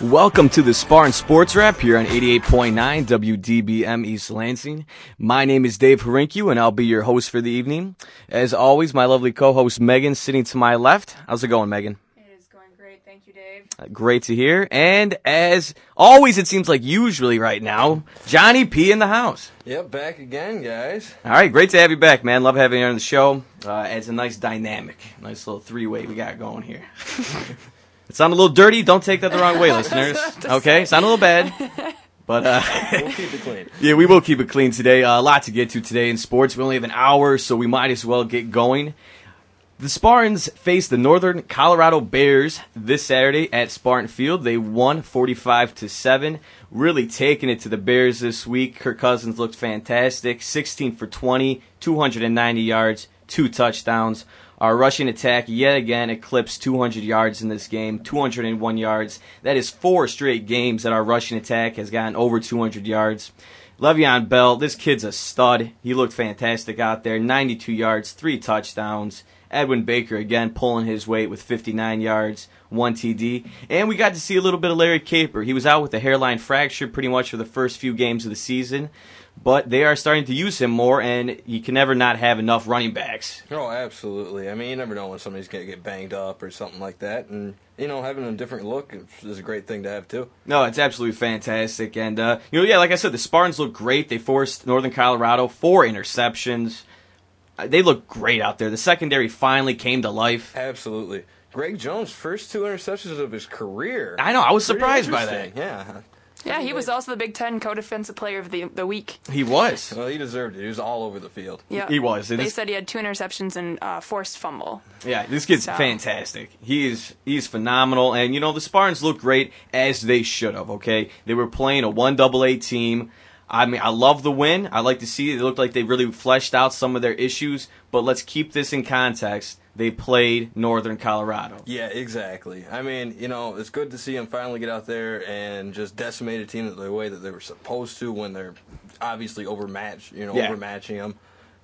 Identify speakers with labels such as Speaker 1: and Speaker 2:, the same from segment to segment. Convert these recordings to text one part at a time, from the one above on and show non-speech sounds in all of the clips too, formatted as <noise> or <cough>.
Speaker 1: Welcome to the Spartan Sports Wrap here on 88.9 WDBM East Lansing. My name is Dave Harinkyu and I'll be your host for the evening. As always, my lovely co-host Megan sitting to my left. How's it going, Megan?
Speaker 2: It is going great. Thank you, Dave.
Speaker 1: Great to hear. And as always, it seems like usually right now, Johnny P in the house.
Speaker 3: Yep, back again, guys.
Speaker 1: All right, great to have you back, man. Love having you on the show. Uh, it's a nice dynamic, nice little three-way we got going here. <laughs> it sounded a little dirty. Don't take that the wrong
Speaker 3: <laughs>
Speaker 1: way, listeners. Okay, sound a little bad, but uh,
Speaker 3: We'll keep it clean.
Speaker 1: <laughs> yeah, we will keep it clean today. Uh, a lot to get to today in sports. We only have an hour, so we might as well get going. The Spartans face the Northern Colorado Bears this Saturday at Spartan Field. They won 45 to 7, really taking it to the Bears this week. Kirk Cousins looked fantastic, 16 for 20, 290 yards, two touchdowns. Our rushing attack yet again eclipsed 200 yards in this game, 201 yards. That is four straight games that our rushing attack has gotten over 200 yards. Le'Veon Bell, this kid's a stud. He looked fantastic out there. 92 yards, three touchdowns. Edwin Baker again pulling his weight with 59 yards, one TD. And we got to see a little bit of Larry Caper. He was out with a hairline fracture pretty much for the first few games of the season, but they are starting to use him more, and you can never not have enough running backs.
Speaker 3: Oh, absolutely. I mean, you never know when somebody's going to get banged up or something like that. And, you know, having a different look is a great thing to have, too.
Speaker 1: No, it's absolutely fantastic. And, uh, you know, yeah, like I said, the Spartans look great. They forced Northern Colorado four interceptions. Uh, They look great out there. The secondary finally came to life.
Speaker 3: Absolutely. Greg Jones, first two interceptions of his career.
Speaker 1: I know, I was
Speaker 3: Pretty
Speaker 1: surprised by that.
Speaker 3: interesting, Yeah.
Speaker 2: Yeah, he was also the Big Ten co-defensive player of the the week.
Speaker 1: He was.
Speaker 3: Well, he deserved it. He was all over the field.
Speaker 2: Yeah,
Speaker 1: He was. It
Speaker 2: They
Speaker 1: is-
Speaker 2: said he had two interceptions and uh, forced fumble.
Speaker 1: Yeah, this kid's
Speaker 2: So-
Speaker 1: fantastic. He is he's phenomenal, and you know the Spartans look great as they should have. Okay, they were playing a one double A team. I mean, I love the win. I like to see it. It looked like they really fleshed out some of their issues, but let's keep this in context. They played Northern Colorado.
Speaker 3: Yeah, exactly. I mean, you know, it's good to see him finally get out there and just decimate a team the way that they were supposed to when they're obviously overmatched, you know,
Speaker 1: Yeah.
Speaker 3: overmatching them.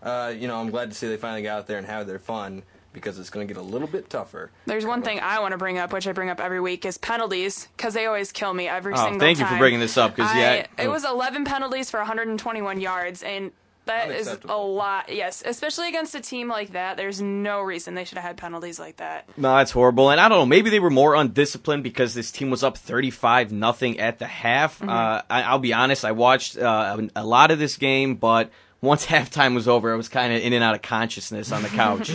Speaker 3: Uh, you know, I'm glad to see they finally got out there and had their fun because it's going to get a little bit tougher.
Speaker 2: There's one thing I want to bring up, which I bring up every week, is penalties because they always kill me every
Speaker 1: Oh,
Speaker 2: single time.
Speaker 1: thank you for bringing this up, 'cause, yeah,
Speaker 2: I-
Speaker 1: I-
Speaker 2: it was 11 penalties for 121 yards, and that is a
Speaker 3: Unacceptable.
Speaker 2: lot. Yes, especially against a team like that. There's no reason they should have had penalties like that.
Speaker 1: No, that's horrible. And I don't know. Maybe they were more undisciplined because this team was up thirty-five nothing at the half. Uh, I, I'll be honest. I watched uh, a lot of this game, but once <laughs> halftime was over, I was kind of in and out of consciousness on the couch.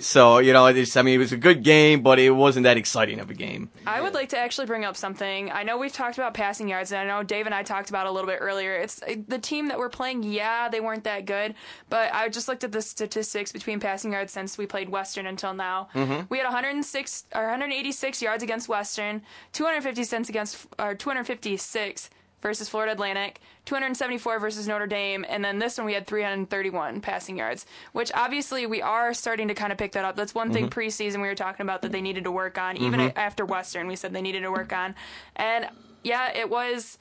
Speaker 1: so you know, it's, I mean, it was a good game, but it wasn't that exciting of a game.
Speaker 2: I would like to actually bring up something. I know we've talked about passing yards, and I know Dave and I talked about it a little bit earlier. It's uh, the team that we're playing. Yeah, they weren't that good, but I just looked at the statistics between passing yards since we played Western until now. We had 106 or 186 yards against Western, 250 cents against or 256 versus Florida Atlantic, 274 versus Notre Dame, and then this one we had 331 passing yards, which obviously we are starting to kind of pick that up. That's one thing preseason we were talking about that they needed to work on. Even after Western, we said they needed to work on, and yeah, it was.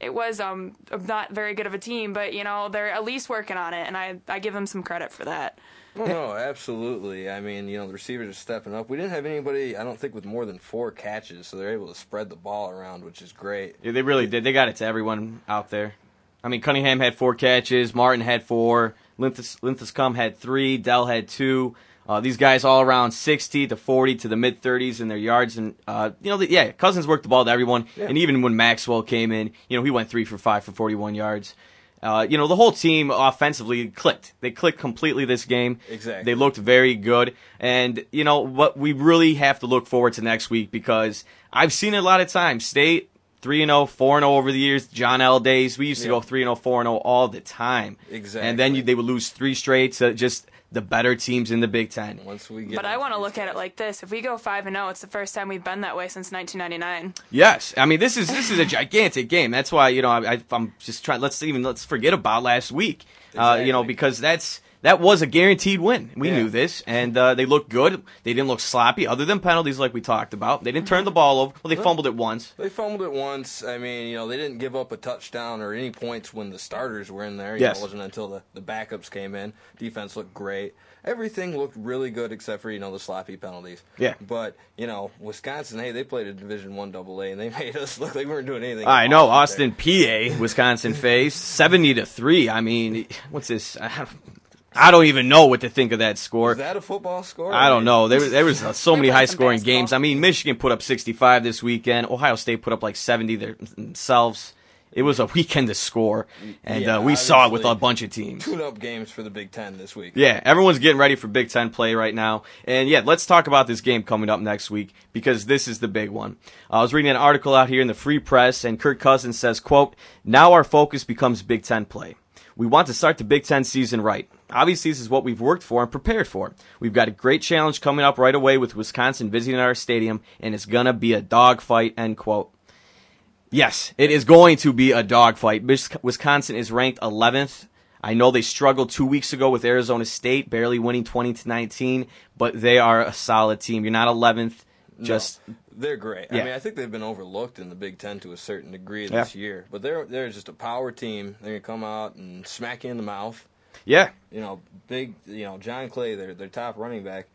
Speaker 2: It was um not very good of a team, but you know they're at least working on it, and I I give them some credit for that. <laughs>
Speaker 3: Oh, no, absolutely. I mean, you know, the receivers are stepping up. We didn't have anybody, I don't think, with more than four catches, so they're able to spread the ball around, which is great.
Speaker 1: Yeah, they really did. They got it to everyone out there. I mean, Cunningham had four catches. Martin had four. Linthus Linthuscum had three. Dell had two. Uh, these guys all around 60 to 40 to the mid 30s in their yards. And, uh, you know, the, yeah, Cousins worked the ball to everyone. And even when Maxwell came in, you know, he went three for five for 41 yards. Uh, you know, the whole team offensively clicked. They clicked completely this game.
Speaker 3: Exactly.
Speaker 1: They looked very good. And, you know, what we really have to look forward to next week because I've seen it a lot of times. State 3 and 0, 4 and 0 over the years, John L. days. We used to
Speaker 3: Yeah.
Speaker 1: go 3 and 0, 4 and 0 all the time. And then
Speaker 3: Exactly.
Speaker 1: you, they would lose three straight to just the better teams in the Big Ten.
Speaker 3: Once we get,
Speaker 2: But I
Speaker 3: into
Speaker 2: want to
Speaker 3: these
Speaker 2: look at it
Speaker 3: guys.
Speaker 2: like this: if we go five and zero, it's the first time we've been that way since 1999.
Speaker 1: Yes, I mean this is this is a gigantic game. That's why you know I, I, I'm just trying. Let's even let's forget about last week. Uh, you know
Speaker 3: Exactly.
Speaker 1: because that's that was a guaranteed win. We
Speaker 3: Yeah.
Speaker 1: knew this, and uh, they looked good. They didn't look sloppy, other than penalties like we talked about. They didn't turn the ball over. Well, they fumbled it once.
Speaker 3: They fumbled it once. I mean, you know, they didn't give up a touchdown or any points when the starters were in there. You
Speaker 1: Yes.
Speaker 3: know, it wasn't until the, the backups came in. Defense looked great. Everything looked really good except for, you know, the sloppy penalties.
Speaker 1: Yeah.
Speaker 3: But, you know, Wisconsin, hey, they played a Division One double A and they <laughs> made us look like we weren't doing anything.
Speaker 1: I know Austin, PA, Wisconsin faced seventy to three. I mean, what's this? I don't- I don't even know what to think of that score.
Speaker 3: Is that a football score?
Speaker 1: I don't know. There was there was uh, so
Speaker 2: We
Speaker 1: many
Speaker 2: played
Speaker 1: high
Speaker 2: some
Speaker 1: scoring
Speaker 2: basketball.
Speaker 1: games. I mean, Michigan put up 65 this weekend. Ohio State put up like 70 their- themselves. It was a weekend to score, and
Speaker 3: Yeah,
Speaker 1: uh, we saw it with
Speaker 3: obviously.
Speaker 1: a bunch of teams.
Speaker 3: Tune up games for the Big Ten this week.
Speaker 1: Yeah, everyone's getting ready for Big Ten play right now. And yeah, let's talk about this game coming up next week because this is the big one. Uh, I was reading an article out here in the Free Press, and Kirk Cousins says, quote, Now our focus becomes Big Ten play. We want to start the Big Ten season right. Obviously, this is what we've worked for and prepared for. We've got a great challenge coming up right away with Wisconsin visiting our stadium, and it's going to be a dogfight, end quote. Yes, it is going to be a dogfight. Mis- Wisconsin is ranked 11th. I know they struggled two weeks ago with Arizona State, barely winning 20 to 19, but they are a solid team. You're not 11th. Just
Speaker 3: They're great.
Speaker 1: Yeah.
Speaker 3: I mean, I think they've been overlooked in the Big Ten to a certain degree this
Speaker 1: Yeah.
Speaker 3: year. But they're they're just a power team. They're gonna come out and smack you in the mouth.
Speaker 1: yeah,
Speaker 3: you know, big, you know, John Clay, their their top running back.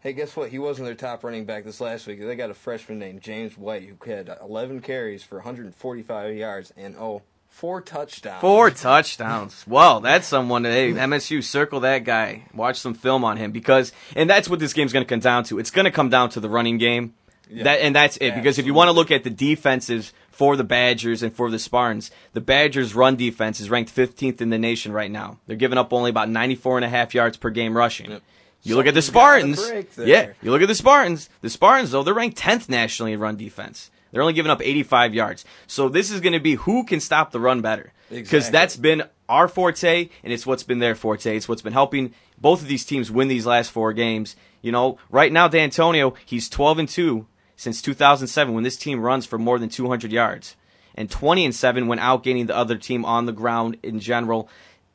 Speaker 3: Hey, guess what? He wasn't their top running back this last week. They got a freshman named James White who had 11 carries for 145 yards and oh, four touchdowns.
Speaker 1: four touchdowns. Wow, that's someone. that- Hey, MSU, circle that guy. Watch some film on him because, and that's what this game's going to come down to. It's going to come down to the running game. That and that's it. Because if you want to look at the defenses for the Badgers and for the Spartans, the Badgers' run defense is ranked 15th in the nation right now. They're giving up only about 94 and a half yards per game rushing. You look at the
Speaker 3: Something's gotta
Speaker 1: Spartans.
Speaker 3: break there.
Speaker 1: Yeah, you look at the Spartans. The Spartans, though, they're ranked 10th nationally in run defense. They're only giving up 85 yards. So this is going to be who can stop the run better. Because
Speaker 3: Exactly.
Speaker 1: that's been our forte, and it's what's been their forte. It's what's been helping both of these teams win these last four games. You know, right now, D'Antonio, he's 12 and 2 since 2007 when this team runs for more than 200 yards, and 20 and 7 when outgaining the other team on the ground in general.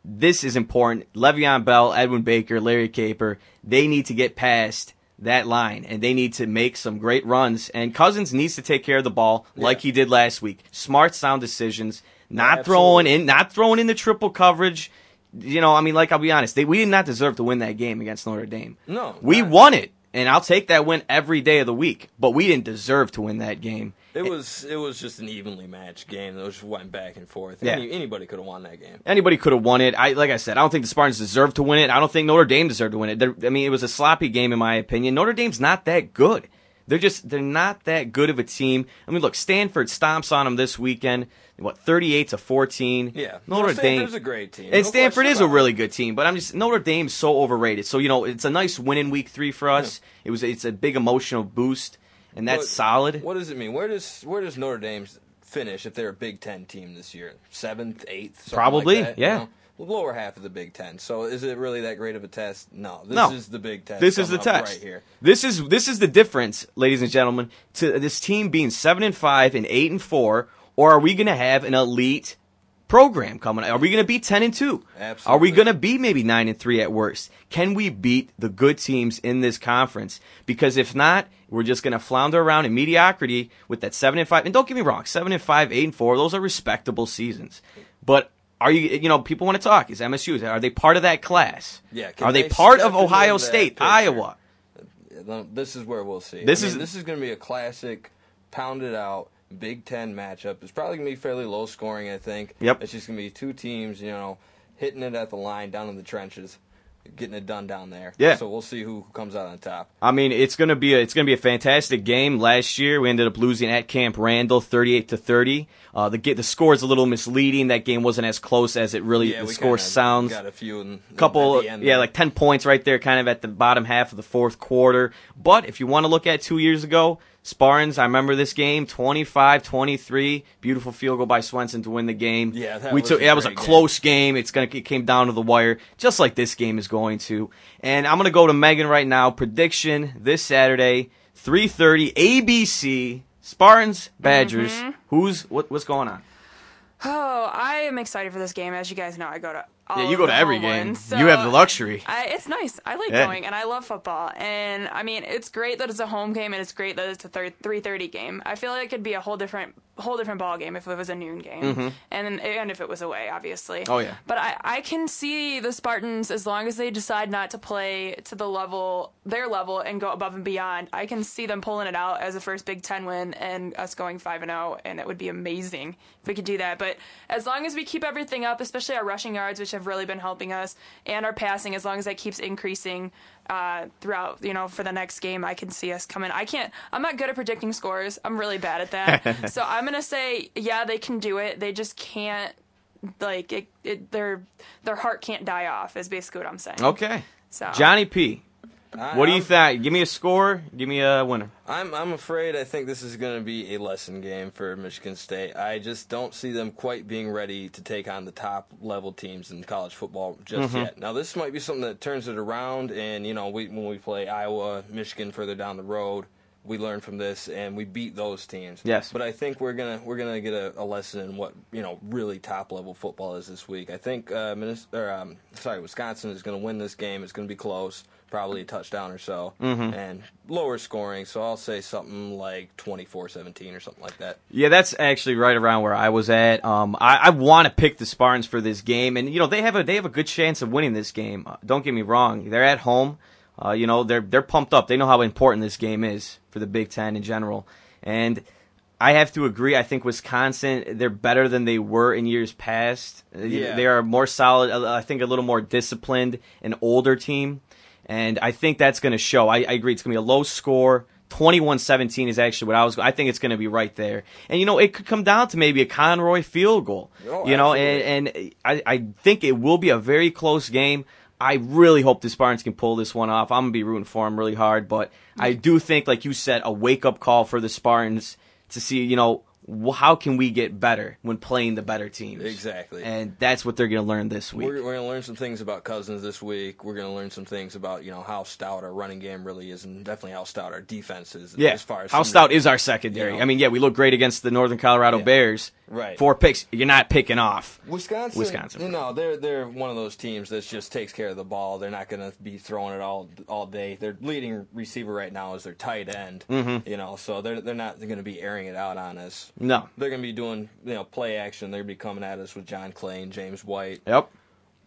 Speaker 1: This is important. Le'Veon Bell, Edwin Baker, Larry Caper, they need to get past that line and they need to make some great runs. And Cousins needs to take care of the ball like he did last week. Smart, sound decisions, not throwing in, not throwing in the triple coverage. You know, I mean, like I'll be honest, they, we did not deserve to win that game against Notre Dame.
Speaker 3: No,
Speaker 1: we
Speaker 3: not-
Speaker 1: won it, and I'll take that win every day of the week. But we didn't deserve to win that game.
Speaker 3: It was it was just an evenly matched game. It just went back and forth.
Speaker 1: Yeah.
Speaker 3: Any, anybody could have won that game.
Speaker 1: anybody could have won it. I like I said, I don't think the Spartans deserved to win it. I don't think Notre Dame deserved to win it. They're, I mean, it was a sloppy game in my opinion. Notre Dame's not that good. They're just they're not that good of a team. I mean, look, Stanford stomps on them this weekend. What thirty eight to fourteen?
Speaker 3: Yeah.
Speaker 1: Notre
Speaker 3: No,
Speaker 1: Dame
Speaker 3: Stanford's a great team.
Speaker 1: and
Speaker 3: No
Speaker 1: Stanford
Speaker 3: question
Speaker 1: is a
Speaker 3: about it.
Speaker 1: really good team. But I'm just Notre Dame's so overrated. So you know, it's a nice win in week three for us. It was it's a big emotional boost, and that's
Speaker 3: What-
Speaker 1: solid.
Speaker 3: What does it mean? Where does where does Notre Dame finish if they're a Big Ten team this year? Seventh, eighth, something like
Speaker 1: Probably,
Speaker 3: that,
Speaker 1: yeah.
Speaker 3: You know? Lower half of the Big Ten. So is it really that great of a test? No. This
Speaker 1: No.
Speaker 3: is the Big Ten.
Speaker 1: This is the
Speaker 3: coming up
Speaker 1: test.
Speaker 3: right here.
Speaker 1: This is this is the difference, ladies and gentlemen, to this team being seven and five and eight and four, or are we going to have an elite program coming? Are we going to be ten and two? Are we
Speaker 3: Absolutely.
Speaker 1: going to be maybe nine and three at worst? Can we beat the good teams in this conference? Because if not, we're just going to flounder around in mediocrity with that seven and five. And don't get me wrong, seven and five, eight and four, those are respectable seasons, but. Are you? You know, people want to talk. Is MSU? Are they part of that class?
Speaker 3: Yeah, can
Speaker 1: Are they,
Speaker 3: they
Speaker 1: part
Speaker 3: step
Speaker 1: of Ohio
Speaker 3: into that
Speaker 1: State,
Speaker 3: picture?
Speaker 1: Iowa?
Speaker 3: No, This is where we'll see.
Speaker 1: This
Speaker 3: I mean,
Speaker 1: is-
Speaker 3: this is going to be a classic, pounded out Big Ten matchup. It's probably going to be fairly low scoring. I think.
Speaker 1: Yep.
Speaker 3: It's just going to be two teams, you know, hitting it at the line down in the trenches, getting it done down there.
Speaker 1: Yeah.
Speaker 3: So we'll see who comes out on top.
Speaker 1: I mean, it's gonna be a, it's gonna be a fantastic game. Last year, we ended up losing at Camp Randall, thirty-eight to thirty. Uh, the get the score is a little misleading. That game wasn't as close as it really the
Speaker 3: we
Speaker 1: score
Speaker 3: kinda
Speaker 1: sounds.
Speaker 3: Got a few. In,
Speaker 1: couple
Speaker 3: at the end
Speaker 1: yeah
Speaker 3: there.
Speaker 1: like 10 points right there kind of at the bottom half of the fourth quarter but if you want to look at two years ago Spartans, I remember this game, 25-23, beautiful field goal by Swenson to win the game.
Speaker 3: Yeah, that
Speaker 1: we
Speaker 3: was
Speaker 1: took
Speaker 3: a
Speaker 1: that was a
Speaker 3: great game.
Speaker 1: close game. It's gonna it came down to the wire, just like this game is going to. And I'm gonna go to Megan right now. Prediction this Saturday, 3:30, ABC, Spartans, Badgers.
Speaker 2: Mm-hmm.
Speaker 1: Who's what, what's going on?
Speaker 2: Oh, I am excited for this game. As you guys know, I go to all
Speaker 1: Yeah, you
Speaker 2: of
Speaker 1: go to
Speaker 2: the
Speaker 1: every
Speaker 2: home
Speaker 1: game.
Speaker 2: ones,
Speaker 1: You have
Speaker 2: so
Speaker 1: the luxury.
Speaker 2: I, it's nice. I like
Speaker 1: Yeah.
Speaker 2: going, and I love football. And I mean, it's great that it's a home game, and it's great that it's a third three thirty game. I feel like it could be a whole different whole different ball game if it was a noon game,
Speaker 1: Mm-hmm.
Speaker 2: and and if it was away, obviously.
Speaker 1: Oh, yeah.
Speaker 2: But I I can see the Spartans as long as they decide not to play to the level their level and go above and beyond. I can see them pulling it out as a first Big Ten win and us going five and zero, and it would be amazing if we could do that. But as long as we keep everything up, especially our rushing yards, which have really been helping us, and our passing, as long as that keeps increasing uh, throughout, you know, for the next game, I can see us coming. I can't. I'm not good at predicting scores. I'm really bad at
Speaker 1: <laughs>
Speaker 2: that. so I'm gonna say, yeah, they can do it. They just can't. Like it, it, their their heart can't die off is basically what I'm saying.
Speaker 1: Okay.
Speaker 2: So
Speaker 1: Johnny P.
Speaker 3: I-
Speaker 1: What do you
Speaker 3: I'm-
Speaker 1: think? Give me a score. Give me a winner.
Speaker 3: I'm I'm afraid I think this is going to be a lesson game for Michigan State. I just don't see them quite being ready to take on the top level teams in college football just
Speaker 1: Mm-hmm.
Speaker 3: yet. Now this might be something that turns it around, and you know we, when we play Iowa, Michigan further down the road, we learn from this and we beat those teams.
Speaker 1: Yes.
Speaker 3: but I think we're gonna we're gonna get a, a lesson in what you know really top level football is this week. I think uh, Minnes- or, um, sorry Wisconsin is gonna win this game. It's gonna be close, probably a touchdown or so,
Speaker 1: Mm-hmm.
Speaker 3: and lower scoring. So I'll say something like 24-17 or something like that.
Speaker 1: Yeah, that's actually right around where I was at. Um, I, I want to pick the Spartans for this game, and you know they have a they have a good chance of winning this game. Uh, don't get me wrong; they're at home. Uh, you know they're they're pumped up. They know how important this game is for the Big Ten in general, and I have to agree. I think Wisconsin they're better than they were in years past. Uh,
Speaker 3: Yeah.
Speaker 1: They are more solid. uh, I think a little more disciplined, an older team, and I think that's going to show. I, I agree. It's going to be a low score. 21-17 is actually what I was. I think it's going to be right there, and you know it could come down to maybe a Conroy field goal.
Speaker 3: Oh,
Speaker 1: you know,
Speaker 3: absolutely.
Speaker 1: and, and I, I think it will be a very close game. I really hope the Spartans can pull this one off. I'm gonna be rooting for them really hard, but I do think, like you said, a wake up call for the Spartans to see, you know, wh- how can we get better when playing the better teams?
Speaker 3: Exactly.
Speaker 1: and that's what they're gonna learn this week.
Speaker 3: We're, we're going to learn some things about Cousins this week. We're going to learn some things about you know how stout our running game really is, and definitely how stout our defense is.
Speaker 1: yeah,
Speaker 3: as far as
Speaker 1: how
Speaker 3: some-
Speaker 1: stout is our secondary?
Speaker 3: you know.
Speaker 1: I mean, yeah, we look great against the Northern Colorado
Speaker 3: Yeah.
Speaker 1: Bears.
Speaker 3: Right.
Speaker 1: four picks. You're not picking off.
Speaker 3: Wisconsin,
Speaker 1: Wisconsin.
Speaker 3: You know, they're they're one of those teams that just takes care of the ball. They're not going to be throwing it all all day. Their leading receiver right now is their tight end.
Speaker 1: Mm-hmm.
Speaker 3: You know, so they're they're not going to be airing it out on us.
Speaker 1: No.
Speaker 3: They're going to be doing you know play action. They're going to be coming at us with John Clay and James White.
Speaker 1: Yep,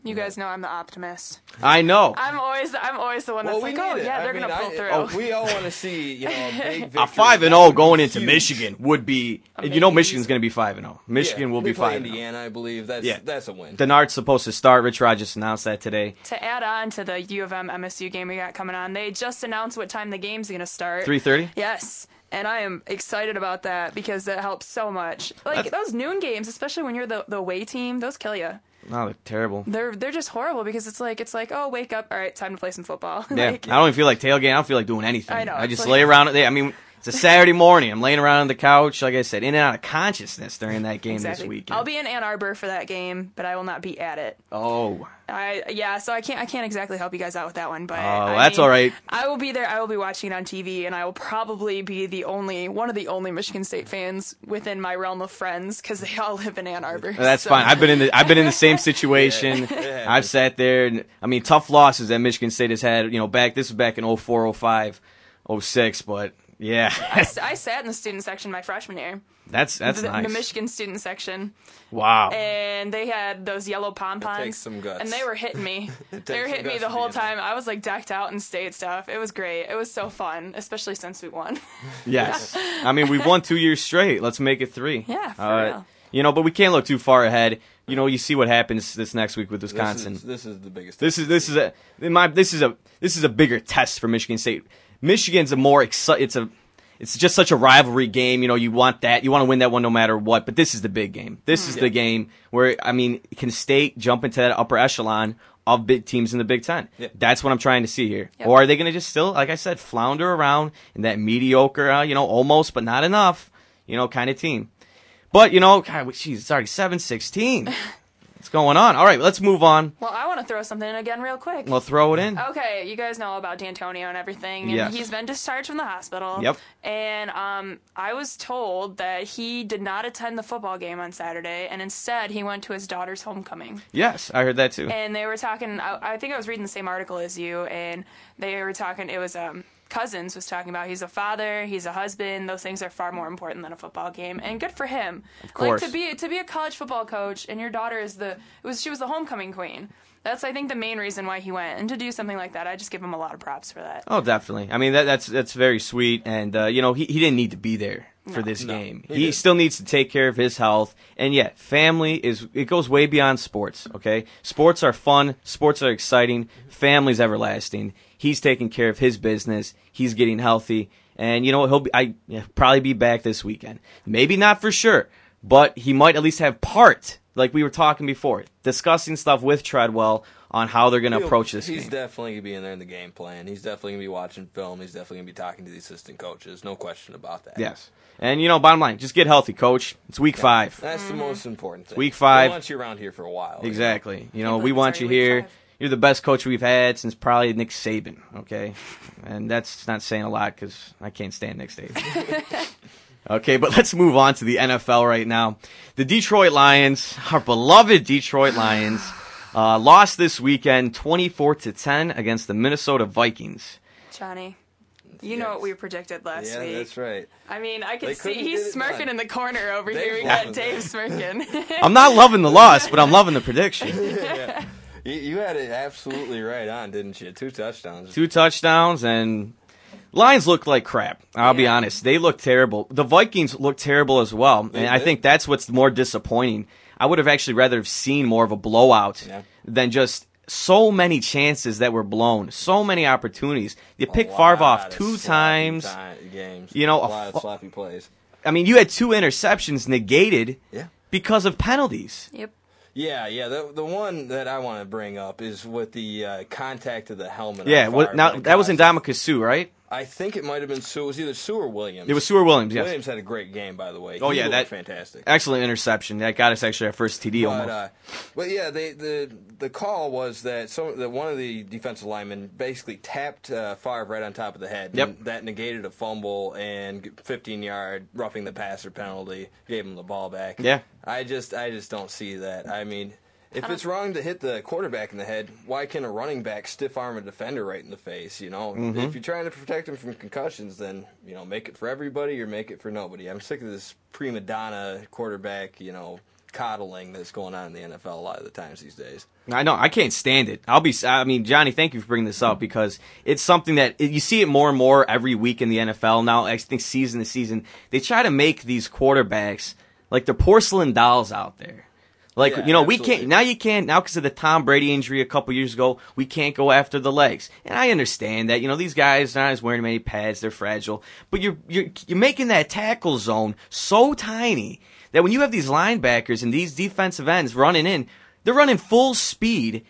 Speaker 2: you guys know I'm the optimist.
Speaker 1: I know.
Speaker 2: I'm always I'm always the one that's
Speaker 3: Well, we
Speaker 2: like,
Speaker 3: need
Speaker 2: oh
Speaker 3: it.
Speaker 2: yeah,
Speaker 3: I
Speaker 2: they're
Speaker 3: mean,
Speaker 2: gonna
Speaker 3: I-
Speaker 2: pull through.
Speaker 3: oh, we all want to see you know a
Speaker 2: <laughs>
Speaker 3: big victory.
Speaker 1: a five and zero going into
Speaker 3: Huge.
Speaker 1: Michigan would be. You know,
Speaker 2: Amazing.
Speaker 1: Michigan's going to be five and zero. Michigan
Speaker 3: Yeah,
Speaker 1: will
Speaker 3: they
Speaker 1: be
Speaker 3: play
Speaker 1: five. oh.
Speaker 3: Indiana, I believe. That's
Speaker 1: Yeah,
Speaker 3: that's a win.
Speaker 1: Denard's supposed to start. Rich Rogers announced that today.
Speaker 2: to add on to the U of M MSU game we got coming on, they just announced what time the game's gonna start.
Speaker 1: Three thirty.
Speaker 2: Yes. And I am excited about that because that helps so much. Like
Speaker 1: That's-
Speaker 2: those noon games, especially when you're the the away team, those kill you.
Speaker 1: No, Oh, they're terrible.
Speaker 2: They're they're just horrible because it's like it's like oh wake up, all right, time to play some football. <laughs>
Speaker 1: Yeah,
Speaker 2: like,
Speaker 1: I don't even feel like tailgating. I don't feel like doing anything.
Speaker 2: I know,
Speaker 1: I
Speaker 2: it's
Speaker 1: just
Speaker 2: like-
Speaker 1: lay around. I mean, it's a Saturday morning. I'm laying around on the couch, like I said, in and out of consciousness during that game
Speaker 2: exactly.
Speaker 1: this weekend.
Speaker 2: I'll be in Ann Arbor for that game, but I will not be at it.
Speaker 1: oh,
Speaker 2: I yeah, so I can't I can't exactly help you guys out with that one, but
Speaker 1: well,
Speaker 2: I
Speaker 1: Oh, that's
Speaker 2: mean,
Speaker 1: all right.
Speaker 2: I will be there. I will be watching it on TV, and I will probably be the only one of the only Michigan State fans within my realm of friends because they all live in Ann Arbor.
Speaker 1: that's
Speaker 2: so-
Speaker 1: fine. I've been in the I've been in the
Speaker 2: <laughs>
Speaker 1: same situation. I've sat there, and I mean, tough losses that Michigan State has had. You know, back this was back in 04, 05, 06, but yeah,
Speaker 2: I sat in the student section my freshman year,
Speaker 1: that's that's
Speaker 2: the,
Speaker 1: nice.
Speaker 2: the Michigan student section, <laughs>
Speaker 1: wow.
Speaker 2: and they had those yellow pom poms.
Speaker 3: takes some guts.
Speaker 2: And they were hitting
Speaker 3: <laughs>
Speaker 2: me. they were
Speaker 3: some
Speaker 2: hitting me
Speaker 3: guts
Speaker 2: the
Speaker 3: to be
Speaker 2: whole
Speaker 3: in there.
Speaker 2: time. I was like decked out in state stuff. It was great. It was so fun, especially since we won. <laughs>
Speaker 1: Yes. I mean, we've won two years straight. Let's make it three. Uh,
Speaker 2: Yeah, for real.
Speaker 1: You know, but we can't look too far ahead. You know, you see what happens this next week with
Speaker 3: This is-
Speaker 1: Wisconsin.
Speaker 3: This is the biggest.
Speaker 1: This is this is a in my this is a this is a bigger test for Michigan State. Michigan's a more exci- it's a it's just such a rivalry game. You know, you want that, you want to win that one no matter what. But this is the big game. This is the game where I mean, can State jump into that upper echelon, of big teams in the Big Ten.
Speaker 3: Yeah.
Speaker 1: That's what I'm trying to see here.
Speaker 2: Yep.
Speaker 1: Or are they going to just still, like I said, flounder around in that mediocre, uh, you know, almost but not enough, you know, kind of team? But you know, God, we- geez, it's already seven sixteen. What's going on? All right, let's move on.
Speaker 2: Well, I want to throw something in again real quick.
Speaker 1: We'll throw it in. <clears throat>
Speaker 2: Okay, you guys know about D'Antonio and everything. And
Speaker 1: Yes.
Speaker 2: He's been discharged from the hospital.
Speaker 1: Yep.
Speaker 2: And um, I was told that he did not attend the football game on Saturday, and instead he went to his daughter's homecoming.
Speaker 1: Yes, I heard that too.
Speaker 2: And they were talking. I, I think I was reading the same article as you, and they were talking. It was um, Cousins was talking about he's a father, he's a husband. Those things are far more important than a football game, and good for him. Of
Speaker 1: course.
Speaker 2: Like to be to be a college football coach, and your daughter is the it was she was the homecoming queen. That's I think the main reason why he went, and to do something like that, I just give him a lot of props for that.
Speaker 1: Oh, definitely. I mean, that, that's that's very sweet, and uh, you know, he, he didn't need to be there for this game. He,
Speaker 3: didn't.
Speaker 1: still needs to take care of his health, and yet family is it goes way beyond sports. Okay, sports are fun, sports are exciting, family's everlasting. He's taking care of his business. He's getting healthy, and you know he'll be I yeah, probably be back this weekend. Maybe not for sure, but he might at least have part. Like we were talking before, discussing stuff with Treadwell on how they're going to
Speaker 3: He'll-
Speaker 1: approach this
Speaker 3: He's
Speaker 1: game.
Speaker 3: definitely gonna be in there in the game plan. He's definitely gonna be watching film. He's definitely gonna be talking to the assistant coaches. No question about that.
Speaker 1: Yes. And you know, bottom line, just get healthy, coach. It's week
Speaker 2: Oh,
Speaker 1: five.
Speaker 3: That's the most important thing.
Speaker 1: Week five.
Speaker 3: We want you around here for a while.
Speaker 1: Exactly. You know,
Speaker 2: believe
Speaker 1: we
Speaker 2: it's
Speaker 1: want you
Speaker 2: already week
Speaker 1: here.
Speaker 2: five.
Speaker 1: You're the best coach we've had since probably Nick Saban. Okay, and that's not saying a lot because I can't stand Nick Saban.
Speaker 2: <laughs>
Speaker 1: okay, but let's move on to the NFL right now. The Detroit Lions, our beloved Detroit Lions, uh, lost this weekend, 24 to 10, against the Minnesota Vikings.
Speaker 2: Johnny, you know what we predicted last
Speaker 3: Yeah,
Speaker 2: week.
Speaker 3: that's right.
Speaker 2: I mean, I
Speaker 3: They
Speaker 2: can see
Speaker 3: couldn't get
Speaker 2: he's
Speaker 3: it
Speaker 2: smirking
Speaker 3: done.
Speaker 2: in the corner over
Speaker 3: They
Speaker 2: here. We
Speaker 3: won.
Speaker 2: got Dave
Speaker 3: <laughs>
Speaker 2: smirking. <laughs>
Speaker 1: I'm not loving the loss, but I'm loving the prediction.
Speaker 3: You, you had it absolutely right on, didn't you? Two touchdowns.
Speaker 1: two touchdowns and Lions looked like crap. I'll be
Speaker 2: Yeah.
Speaker 1: honest. They looked terrible. The Vikings looked terrible as well. And I
Speaker 3: did.
Speaker 1: think that's what's more disappointing. I would have actually rather have seen more of a blowout
Speaker 3: Yeah.
Speaker 1: than just so many chances that were blown, so many opportunities. You picked
Speaker 3: A
Speaker 1: Favre
Speaker 3: lot
Speaker 1: off
Speaker 3: of
Speaker 1: two
Speaker 3: sloppy
Speaker 1: times.
Speaker 3: ti- games.
Speaker 1: You know, a
Speaker 3: a lot
Speaker 1: fu-
Speaker 3: of sloppy plays.
Speaker 1: I mean, you had two interceptions negated
Speaker 3: Yeah.
Speaker 1: because of penalties.
Speaker 2: yep.
Speaker 3: Yeah, yeah. The the one that I want to bring up is with the uh, contact of the helmet.
Speaker 1: Yeah,
Speaker 3: on
Speaker 1: well,
Speaker 3: Favre
Speaker 1: now
Speaker 3: when it
Speaker 1: that was
Speaker 3: got-
Speaker 1: Indama Sue, right?
Speaker 3: I think it might have been Sue. It was either Sue or Williams.
Speaker 1: It was Sue or Williams. Yes,
Speaker 3: Williams had a great game, by the way.
Speaker 1: Oh,
Speaker 3: He
Speaker 1: yeah,
Speaker 3: looked
Speaker 1: that-
Speaker 3: fantastic.
Speaker 1: excellent interception that got us actually our first TD almost.
Speaker 3: But, uh, but yeah, they, the the call was that some that one of the defensive linemen basically tapped uh, Favre right on top of the head.
Speaker 1: Yep.
Speaker 3: And that negated a fumble and 15 yard roughing the passer penalty gave him the ball back.
Speaker 1: Yeah.
Speaker 3: I just I just don't see that. I mean. If it's wrong to hit the quarterback in the head, why can a running back stiff arm a defender right in the face? You know,
Speaker 1: Mm-hmm.
Speaker 3: if you're trying to protect him from concussions, then you know make it for everybody or make it for nobody. I'm sick of this prima donna quarterback, you know, coddling that's going on in the NFL a lot of the times these days.
Speaker 1: I know I can't stand it. I'll be. I mean, Johnny, thank you for bringing this up because it's something that you see it more and more every week in the NFL now. I think season to season, they try to make these quarterbacks like they're porcelain dolls out there. Like
Speaker 3: Yeah,
Speaker 1: you know, we
Speaker 3: absolutely.
Speaker 1: can't now. You can't now because of the Tom Brady injury a couple years ago. We can't go after the legs, and I understand that. You know, these guys are not as wearing many pads; they're fragile. But you're you're you're making that tackle zone so tiny that when you have these linebackers and these defensive ends running in, they're running full speed,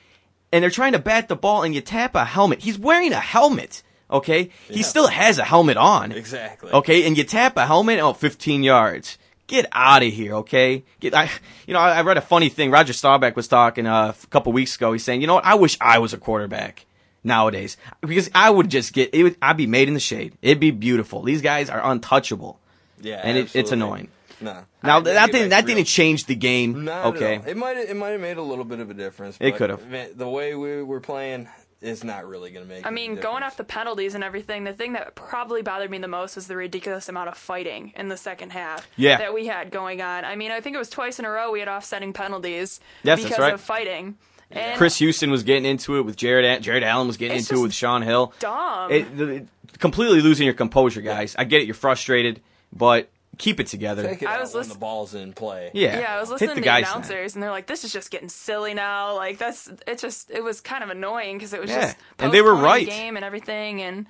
Speaker 1: and they're trying to bat the ball, and you tap a helmet. He's wearing a helmet. Okay, he still has a helmet on.
Speaker 3: Exactly.
Speaker 1: Okay, and you tap a helmet, oh, 15 yards. Get out of here, okay? Get, I, you know, I, I read a funny thing. Roger Staubach was talking uh, a couple weeks ago. He's saying, you know what? I wish I was a quarterback nowadays because I would just get. It would, I'd be made in the shade. It'd be beautiful. These guys are untouchable.
Speaker 3: Yeah,
Speaker 1: and it, it's
Speaker 3: absolutely.
Speaker 1: annoying.
Speaker 3: No.
Speaker 1: Now
Speaker 3: I
Speaker 1: that
Speaker 3: think
Speaker 1: didn't
Speaker 3: it makes
Speaker 1: that
Speaker 3: real-
Speaker 1: didn't change the game.
Speaker 3: Not at
Speaker 1: okay,
Speaker 3: all. It might it might have made a little bit of a difference.
Speaker 1: It
Speaker 3: but
Speaker 1: could've.
Speaker 3: man, The way we were playing is not really going to make.
Speaker 2: I mean, going off the penalties and everything, the thing that probably bothered me the most was the ridiculous amount of fighting in the second half
Speaker 1: Yeah.
Speaker 2: that we had going on. I mean, I think it was twice in a row we had offsetting penalties
Speaker 1: Yes, that's
Speaker 2: because
Speaker 1: right.
Speaker 2: of fighting. And
Speaker 1: Chris Houston was getting into it with Jared. A- Jared Allen was getting
Speaker 2: It's
Speaker 1: into it
Speaker 2: just
Speaker 1: with Sean Hill.
Speaker 2: dumb.
Speaker 1: It, the- it- completely losing your composure, guys. I get it. You're frustrated, but keep it together.
Speaker 3: Take it
Speaker 2: I
Speaker 3: out
Speaker 2: was
Speaker 3: when
Speaker 2: listen-
Speaker 3: the ball's in play.
Speaker 1: Yeah.
Speaker 2: yeah, I was
Speaker 1: Hit
Speaker 2: listening
Speaker 1: the
Speaker 2: to the
Speaker 1: guy's
Speaker 2: announcers, and they're like, "This is just getting silly now." Like that's it. Just it was kind of annoying because it was
Speaker 1: Yeah.
Speaker 2: just
Speaker 1: And they were
Speaker 2: postponing the
Speaker 1: right.
Speaker 2: game and everything, and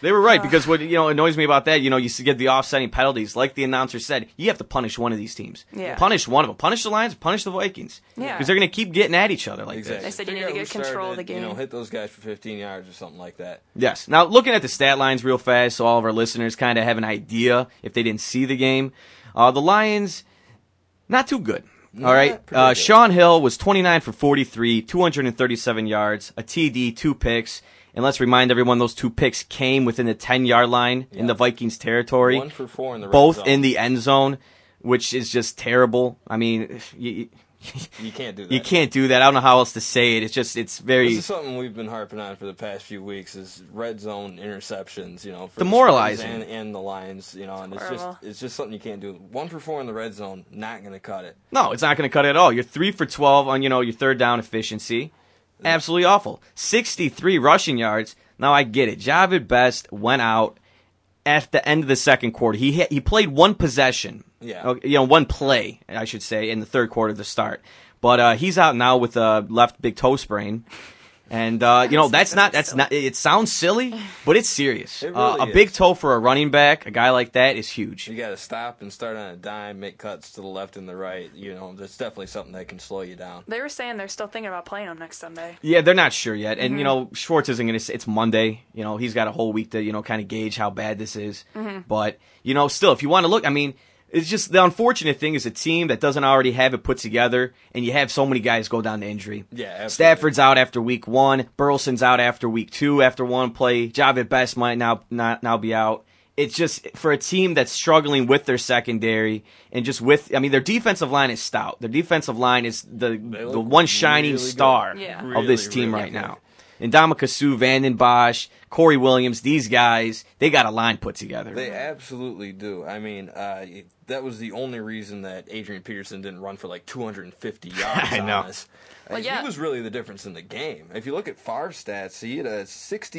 Speaker 1: They were right because what you know annoys me about that, you know, you get the offsetting penalties. Like the announcer said, you have to punish one of these teams.
Speaker 2: Yeah.
Speaker 1: Punish one of them. Punish the Lions. Punish the Vikings.
Speaker 2: Yeah.
Speaker 1: Because they're going to keep getting at each other like
Speaker 3: Exactly.
Speaker 1: this.
Speaker 2: They said you
Speaker 3: Figure
Speaker 2: need to
Speaker 3: out
Speaker 2: get
Speaker 3: who
Speaker 2: control of
Speaker 3: started
Speaker 2: the
Speaker 3: it, You know,
Speaker 2: game.
Speaker 3: hit those guys for 15 yards or something like that.
Speaker 1: Yes. Now looking at the stat lines real fast, so all of our listeners kind of have an idea if they didn't see the game. Uh, the Lions, not too good. All right. Uh,
Speaker 3: particularly.
Speaker 1: Sean Hill was 29 for 43, 237 yards, a TD, two picks. And let's remind everyone those two picks came within the 10 yard line in the Vikings territory.
Speaker 3: One for four in the red
Speaker 1: both
Speaker 3: zone.
Speaker 1: in the end zone, which is just terrible. I mean, you,
Speaker 3: You can't do that.
Speaker 1: you can't do that. I don't know how else to say it. It's just it's
Speaker 3: This
Speaker 1: very
Speaker 3: is something we've been harping on for the past few weeks: is red zone interceptions. You know, for the
Speaker 1: Demoralizing.
Speaker 3: Spurs and, and the Lions. You know, and it's
Speaker 2: Horrible.
Speaker 3: just it's just something you can't do. One for four in the red zone, not going to cut it.
Speaker 1: no. It's not going to cut it at all. You're three for twelve on you know your third down efficiency. Absolutely awful. Sixty three rushing yards. Now I get it. Javid Best went out at the end of the second quarter. He hit, he played one possession.
Speaker 3: Yeah.
Speaker 1: Okay, you know one play I should say in the third quarter of the start. But uh, he's out now with a left big toe sprain. And uh, you know that's not that's not. It sounds silly, but it's serious.
Speaker 3: It
Speaker 1: uh, a
Speaker 3: really
Speaker 1: big
Speaker 3: is.
Speaker 1: toe for a running back, a guy like that is huge.
Speaker 3: You got to stop and start on a dime, make cuts to the left and the right. You know, that's definitely something that can slow you down.
Speaker 2: They were saying they're still thinking about playing them next Sunday.
Speaker 1: Yeah, they're not sure yet, and you know Schwartz isn't going to. It's Monday, you know he's got a whole week to you know kind of gauge how bad this is. But you know, still, if you want to look, I mean, it's just the unfortunate thing is a team that doesn't already have it put together, and you have so many guys go down to injury.
Speaker 3: Yeah, absolutely.
Speaker 1: Stafford's out after week one, Burleson's out after week two, after one play, Job at best might now not now be out. It's just for a team that's struggling with their secondary and just with, I mean, their defensive line is stout. Their defensive line is the the
Speaker 3: look
Speaker 1: one shining
Speaker 3: really good.
Speaker 1: star
Speaker 2: Yeah.
Speaker 1: of this
Speaker 3: Really,
Speaker 1: team
Speaker 3: really
Speaker 1: right
Speaker 3: good.
Speaker 1: now. And Domikasu, Vanden Bosch, Corey Williams, these guys, they got a line put together.
Speaker 3: They absolutely do. I mean, uh, that was the only reason that Adrian Peterson didn't run for like
Speaker 1: <laughs>
Speaker 3: 250 yards.
Speaker 1: I
Speaker 3: on
Speaker 1: know.
Speaker 3: us.
Speaker 2: Well,
Speaker 3: Uh,
Speaker 2: yeah.
Speaker 3: He was really the difference in the game. If you look at Favre stats, he had a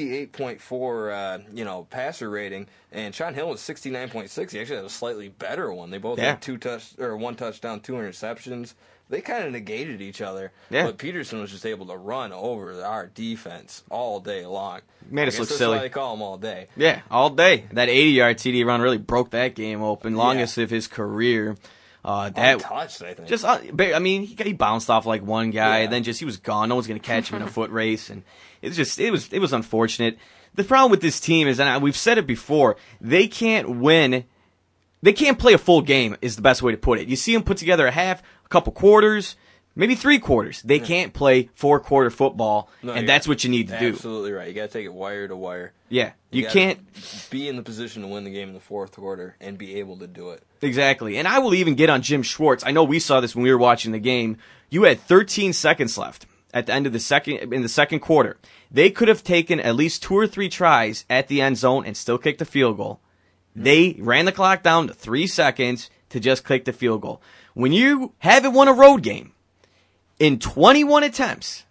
Speaker 3: 68.4, uh, you know, passer rating, and Sean Hill was 69.6. He actually had a slightly better one. They both
Speaker 1: Yeah.
Speaker 3: had two touch or one touchdown, two interceptions. They kind of negated each other.
Speaker 1: Yeah.
Speaker 3: But Peterson was just able to run over our defense all day long.
Speaker 1: Made
Speaker 3: I
Speaker 1: us
Speaker 3: guess
Speaker 1: look
Speaker 3: that's
Speaker 1: silly.
Speaker 3: Why they call him all day.
Speaker 1: yeah, all day. That 80 yard TD run really broke that game open, longest of his career. Uh, that
Speaker 3: Untouched, I think.
Speaker 1: just uh, ba- I mean, he, got- he bounced off like one guy,
Speaker 3: Yeah.
Speaker 1: and then just he was gone. No one's gonna catch
Speaker 3: <laughs>
Speaker 1: him in a foot race, and it's just it was it was unfortunate. The problem with this team is, and I, we've said it before, they can't win. They can't play a full game. Is the best way to put it. You see them put together a half, a couple quarters, maybe three quarters. They can't play four quarter football,
Speaker 3: No,
Speaker 1: and
Speaker 3: you're
Speaker 1: that's what you need to do.
Speaker 3: Absolutely right. You got to take it wire to wire.
Speaker 1: Yeah, you,
Speaker 3: gotta
Speaker 1: can't
Speaker 3: be in the position to win the game in the fourth quarter and be able to do it.
Speaker 1: Exactly. And I will even get on Jim Schwartz. I know we saw this when we were watching the game. You had 13 seconds left at the end of the second in the second quarter. They could have taken at least two or three tries at the end zone and still kicked the field goal. They ran the clock down to 3 seconds to just kick the field goal. When you haven't won a road game in 21 attempts,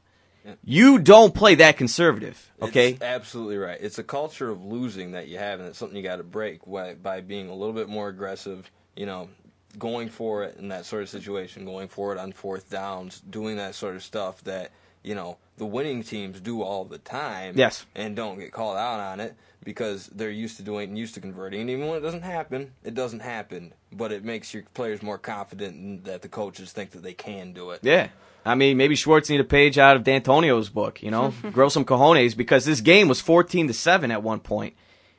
Speaker 1: you don't play that conservative, okay?
Speaker 3: It's absolutely right. It's a culture of losing that you have, and it's something you got to break by, by being a little bit more aggressive. You know, going for it in that sort of situation, going for it on fourth downs, doing that sort of stuff that you know the winning teams do all the time.
Speaker 1: Yes.
Speaker 3: and don't get called out on it because they're used to doing and used to converting. And even when it doesn't happen, it doesn't happen. But it makes your players more confident and that the coaches think that they can do it.
Speaker 1: Yeah. I mean, maybe Schwartz need a page out of D'Antonio's book, you
Speaker 3: <laughs>
Speaker 1: know? Grow some cojones because this game was 14 to 7 at one point.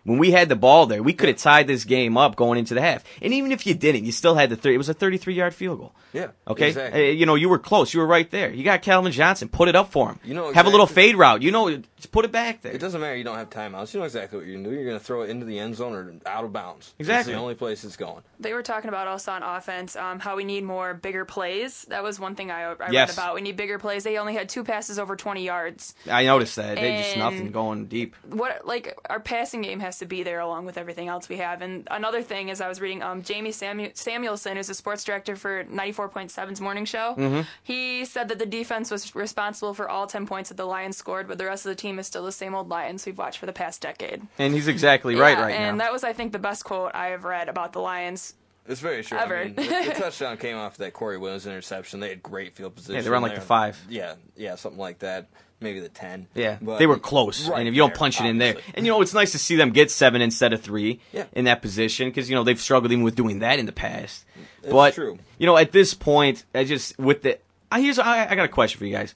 Speaker 1: When we had the ball there, we could have tied this game up going into the half. And even if you didn't, you still had the 30. It was a 33 yard field goal.
Speaker 3: Yeah,
Speaker 1: Okay.
Speaker 3: exactly.
Speaker 1: Eh, you know, you were close. You were right there. You got Calvin Johnson. Put it up for him.
Speaker 3: You know
Speaker 1: Have a little
Speaker 3: exactly-
Speaker 1: fade route. You know, just put it back there.
Speaker 3: It doesn't matter. You don't have timeouts. You know exactly what you're going to do. You're going to throw it into the end zone or out of bounds.
Speaker 1: Exactly.
Speaker 3: It's the only place it's going.
Speaker 2: They were talking about also on offense um, how we need more bigger plays. That was one thing I, I
Speaker 1: Yes.
Speaker 2: read about. We need bigger plays. They only had two passes over 20 yards.
Speaker 1: I noticed that. They just nothing
Speaker 2: And-
Speaker 1: going deep.
Speaker 2: what like our passing game has to be there along with everything else we have. And another thing is I was reading um, Jamie Samu- Samuelson, who's the sports director for 94.7's morning show.
Speaker 1: Mm-hmm.
Speaker 2: He said that the defense was responsible for all 10 points that the Lions scored, but the rest of the team is still the same old Lions we've watched for the past decade.
Speaker 1: And he's exactly right
Speaker 2: Yeah,
Speaker 1: right
Speaker 2: and
Speaker 1: now.
Speaker 2: that was I think the best quote I have read about the Lions
Speaker 3: It's very short.
Speaker 2: Ever.
Speaker 3: I mean, the, the
Speaker 2: <laughs>
Speaker 3: touchdown came off that Corey Williams interception. They had great field position.
Speaker 1: Yeah, they were on, like,
Speaker 3: They're
Speaker 1: the five.
Speaker 3: Yeah, yeah, something like that. Maybe the ten.
Speaker 1: Yeah,
Speaker 3: But
Speaker 1: they were close.
Speaker 3: right
Speaker 1: and if you don't
Speaker 3: there,
Speaker 1: punch it in there,
Speaker 3: obviously.
Speaker 1: and you know, it's nice to see them get seven instead of three
Speaker 3: Yeah.
Speaker 1: in that position because you know they've struggled even with doing that in the past. but
Speaker 3: true.
Speaker 1: you know, at this point, I just with the I here's I, I got a question for you guys.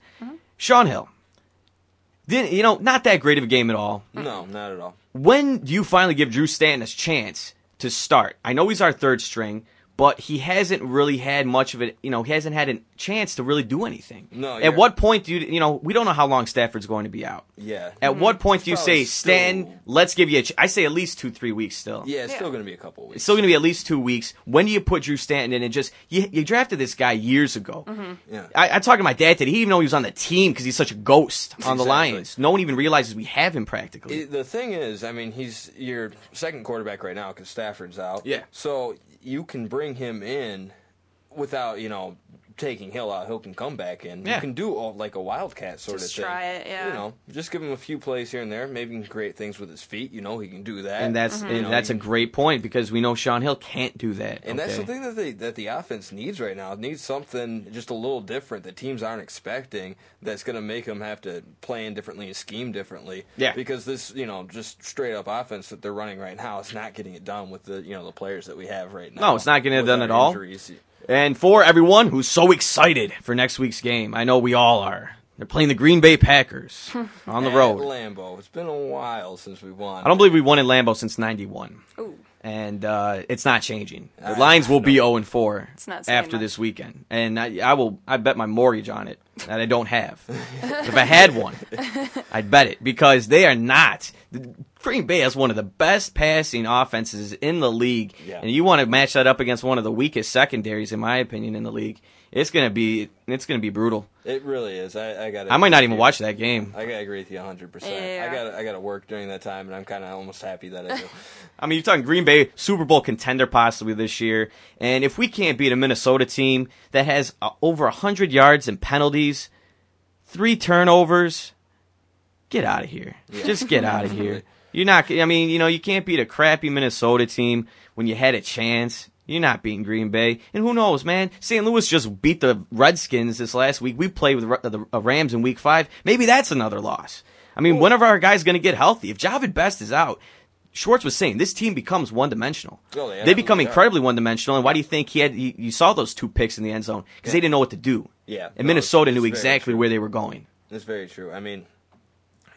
Speaker 1: Sean Hill, didn't you know not that great of a game at all?
Speaker 3: no, not at all.
Speaker 1: When do you finally give Drew Stanton a chance to start? I know he's our third string. But he hasn't really had much of it, you know. He hasn't had a chance to really do anything.
Speaker 3: No,
Speaker 1: At
Speaker 3: you're-
Speaker 1: what point do you, you know? We don't know how long Stafford's going to be out.
Speaker 3: Yeah.
Speaker 1: At what point do you say,
Speaker 3: Mm-hmm. Probably still-
Speaker 1: Stan, let's give you a ch-. I say at least two, three weeks still.
Speaker 3: Yeah, it's
Speaker 2: Yeah.
Speaker 3: still going to be a couple weeks.
Speaker 1: It's still going to be at least two weeks. When do you put Drew Stanton in and just, you, you drafted this guy years ago.
Speaker 3: yeah.
Speaker 1: I, I talked to my dad today. He didn't even know he was on the team because he's such a ghost on the
Speaker 3: Exactly.
Speaker 1: Lions. No one even realizes we have him practically.
Speaker 3: It- the thing is, I mean, he's your second quarterback right now because Stafford's out.
Speaker 1: Yeah.
Speaker 3: So you can bring him in without, you know, taking Hill out. Hill can come back in.
Speaker 1: Yeah.
Speaker 3: You can do all, like a wildcat sort
Speaker 2: Just
Speaker 3: of thing.
Speaker 2: try it, yeah.
Speaker 3: You know, just give him a few plays here and there. Maybe he can create things with his feet. You know, he can do that.
Speaker 1: and that's
Speaker 3: You
Speaker 2: Mm-hmm.
Speaker 1: and
Speaker 3: know,
Speaker 1: that's a
Speaker 3: mm-hmm. he-
Speaker 1: great point because we know Sean Hill can't do that.
Speaker 3: And that's the
Speaker 1: okay?
Speaker 3: thing that the that the offense needs right now. It needs something just a little different that teams aren't expecting. That's going to make them have to plan differently and scheme differently.
Speaker 1: Yeah.
Speaker 3: Because this, you know, just straight up offense that they're running right now, it's not getting it done with the you know the players that we have right now.
Speaker 1: No, it's not getting it
Speaker 3: with
Speaker 1: done
Speaker 3: our
Speaker 1: at all.
Speaker 3: injuries.
Speaker 1: And for everyone who's so excited for next week's game, I know we all are. They're playing the Green Bay Packers
Speaker 3: <laughs>
Speaker 1: on the
Speaker 3: At
Speaker 1: road.
Speaker 3: Lambeau. It's been a while since we won.
Speaker 1: I don't believe we won in Lambeau since '91,
Speaker 2: Ooh.
Speaker 1: and uh, it's not changing. The
Speaker 3: I-
Speaker 1: Lions will
Speaker 3: I
Speaker 1: be 0 and 4
Speaker 2: not saying
Speaker 1: after
Speaker 2: much.
Speaker 1: this weekend, and I, I will. I bet my mortgage on it that I don't have. if I had one, I'd bet it because they are not. the- Green Bay has one of the best passing offenses in the league,
Speaker 3: Yeah.
Speaker 1: and you want to match that up against one of the weakest secondaries, in my opinion, in the league. It's gonna be. It's gonna be brutal.
Speaker 3: It really is. I, I got.
Speaker 1: I might not even watch that game.
Speaker 3: I gotta agree with you 100. percent
Speaker 2: Yeah.
Speaker 3: I got I got to work during that time, and I'm kind of almost happy that I do.
Speaker 1: I mean, you're talking Green Bay Super Bowl contender possibly this year, and if we can't beat a Minnesota team that has uh, over 100 yards and penalties, three turnovers, get out of here. Just get out of here. You're not. I mean, you know, you can't beat a crappy Minnesota team when you had a chance. You're not beating Green Bay, and who knows, man? St. Louis just beat the Redskins this last week. We played with Ra- the uh, Rams in Week Five. Maybe that's another loss. I mean, one of our guys going to get healthy. If Javid Best is out, Schwartz was saying this team becomes one dimensional.
Speaker 3: Oh, they
Speaker 1: they become
Speaker 3: absolutely are.
Speaker 1: incredibly one dimensional. And why do you think he had? You, you saw those two picks in the end zone because they didn't know what to do.
Speaker 3: Yeah.
Speaker 1: and
Speaker 3: No,
Speaker 1: Minnesota
Speaker 3: it's-
Speaker 1: knew
Speaker 3: it's very
Speaker 1: exactly
Speaker 3: true.
Speaker 1: where they were going.
Speaker 3: That's very true. I mean,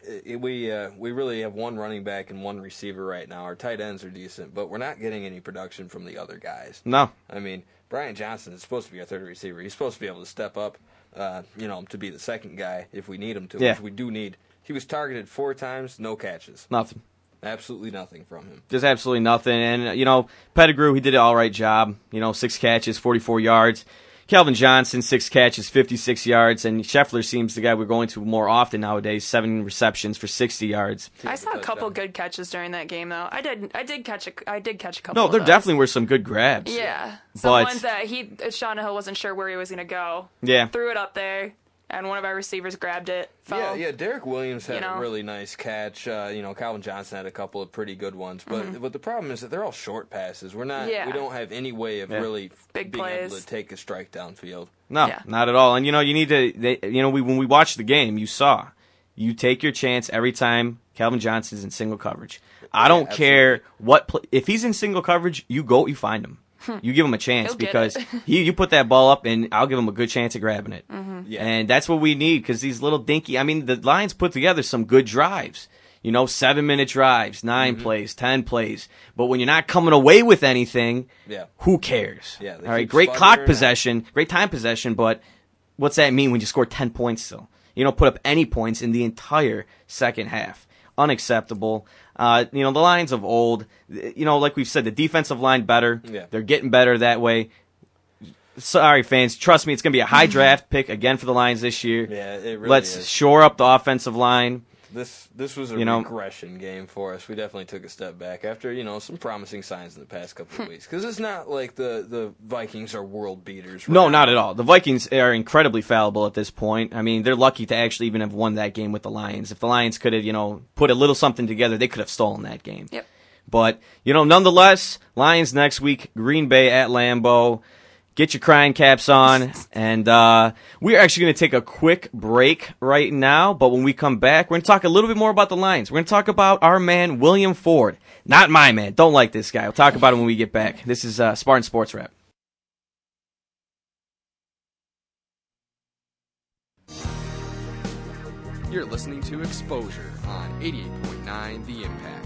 Speaker 3: i i- we uh, we really have one running back and one receiver right now. Our tight ends are decent, but we're not getting any production from the other guys.
Speaker 1: No,
Speaker 3: I mean, Brian Johnson is supposed to be our third receiver. He's supposed to be able to step up, uh, you know, to be the second guy if we need him to,
Speaker 1: Yeah.
Speaker 3: which we do need. He was targeted four times, no catches,
Speaker 1: nothing.
Speaker 3: absolutely nothing from him.
Speaker 1: There's absolutely nothing. And, uh, you know, Pettigrew, he did an all right job. You know, six catches, 44 yards. Calvin Johnson, six catches, 56 yards. And Scheffler seems the guy we're going to more often nowadays, seven receptions for 60 yards.
Speaker 2: I saw a couple
Speaker 3: touchdown.
Speaker 2: good catches during that game though. I did. I did catch a. I did catch a couple.
Speaker 1: No,
Speaker 2: of
Speaker 1: there
Speaker 2: those.
Speaker 1: definitely were some good grabs.
Speaker 2: Yeah, some
Speaker 1: But-
Speaker 2: ones that he uh, Sean Hill wasn't sure where he was gonna go.
Speaker 1: Yeah.
Speaker 2: threw it up there, and one of our receivers grabbed it. Fell.
Speaker 3: Yeah, yeah. Derek Williams had
Speaker 2: You know?
Speaker 3: a really nice catch. Uh, you know, Calvin Johnson had a couple of pretty good ones, but but the problem is that they're all short passes. We're not.
Speaker 2: Mm-hmm. Yeah.
Speaker 3: We don't have any way of
Speaker 1: Yeah.
Speaker 3: really
Speaker 2: Big
Speaker 3: being able
Speaker 2: plays.
Speaker 3: to take a strike downfield.
Speaker 1: No,
Speaker 2: Yeah.
Speaker 1: not at all. And you know, you need to. They, you know, we when we watched the game, you saw, you take your chance every time. Calvin Johnson's in single coverage. I don't
Speaker 3: absolutely.
Speaker 1: care what pl- if he's in single coverage, you go, you find him, you give him a chance
Speaker 2: He'll Hmm. get
Speaker 1: because
Speaker 2: it.
Speaker 1: <laughs> he, you put that ball up, and I'll give him a good chance at grabbing it.
Speaker 2: Mm-hmm.
Speaker 3: Yeah.
Speaker 1: And that's what we need because these little dinky. I mean, the Lions put together some good drives. You know, seven minute drives,
Speaker 3: Mm-hmm.
Speaker 1: 9 plays, ten plays. But when you're not coming away with anything,
Speaker 3: Yeah.
Speaker 1: who cares?
Speaker 3: Yeah, they
Speaker 1: All right.
Speaker 3: keep
Speaker 1: Great clock
Speaker 3: sputtering out.
Speaker 1: possession, great time possession, but what's that mean when you score 10 points still? You don't put up any points in the entire second half. Unacceptable. Uh, you know, the Lions of old, th- you know, like we've said, the defensive line better.
Speaker 3: Yeah.
Speaker 1: They're getting better that way. Sorry, fans. Trust me, it's going to be a
Speaker 3: <laughs>
Speaker 1: high draft pick again for the Lions this year.
Speaker 3: Yeah, it really
Speaker 1: Let's
Speaker 3: is.
Speaker 1: shore up the offensive line.
Speaker 3: This this was a
Speaker 1: You know-
Speaker 3: regression game for us. We definitely took a step back after you know some promising signs in the past couple
Speaker 2: <laughs>
Speaker 3: of weeks. Because it's not like the the Vikings are world beaters.
Speaker 1: No,
Speaker 3: right
Speaker 1: not at all. The Vikings are incredibly fallible at this point. I mean, they're lucky to actually even have won that game with the Lions. If the Lions could have, you know, put a little something together, they could have stolen that game.
Speaker 2: Yep.
Speaker 1: But, you know, nonetheless, Lions next week, Green Bay at Lambeau. Get your crying caps on. And uh, we're actually going to take a quick break right now. But when we come back, we're going to talk a little bit more about the Lions. We're going to talk about our man, William Ford. Not my man. Don't like this guy. We'll talk about him when we get back. This is uh, Spartan Sports Wrap.
Speaker 4: You're listening to Exposure on 88.9 The Impact.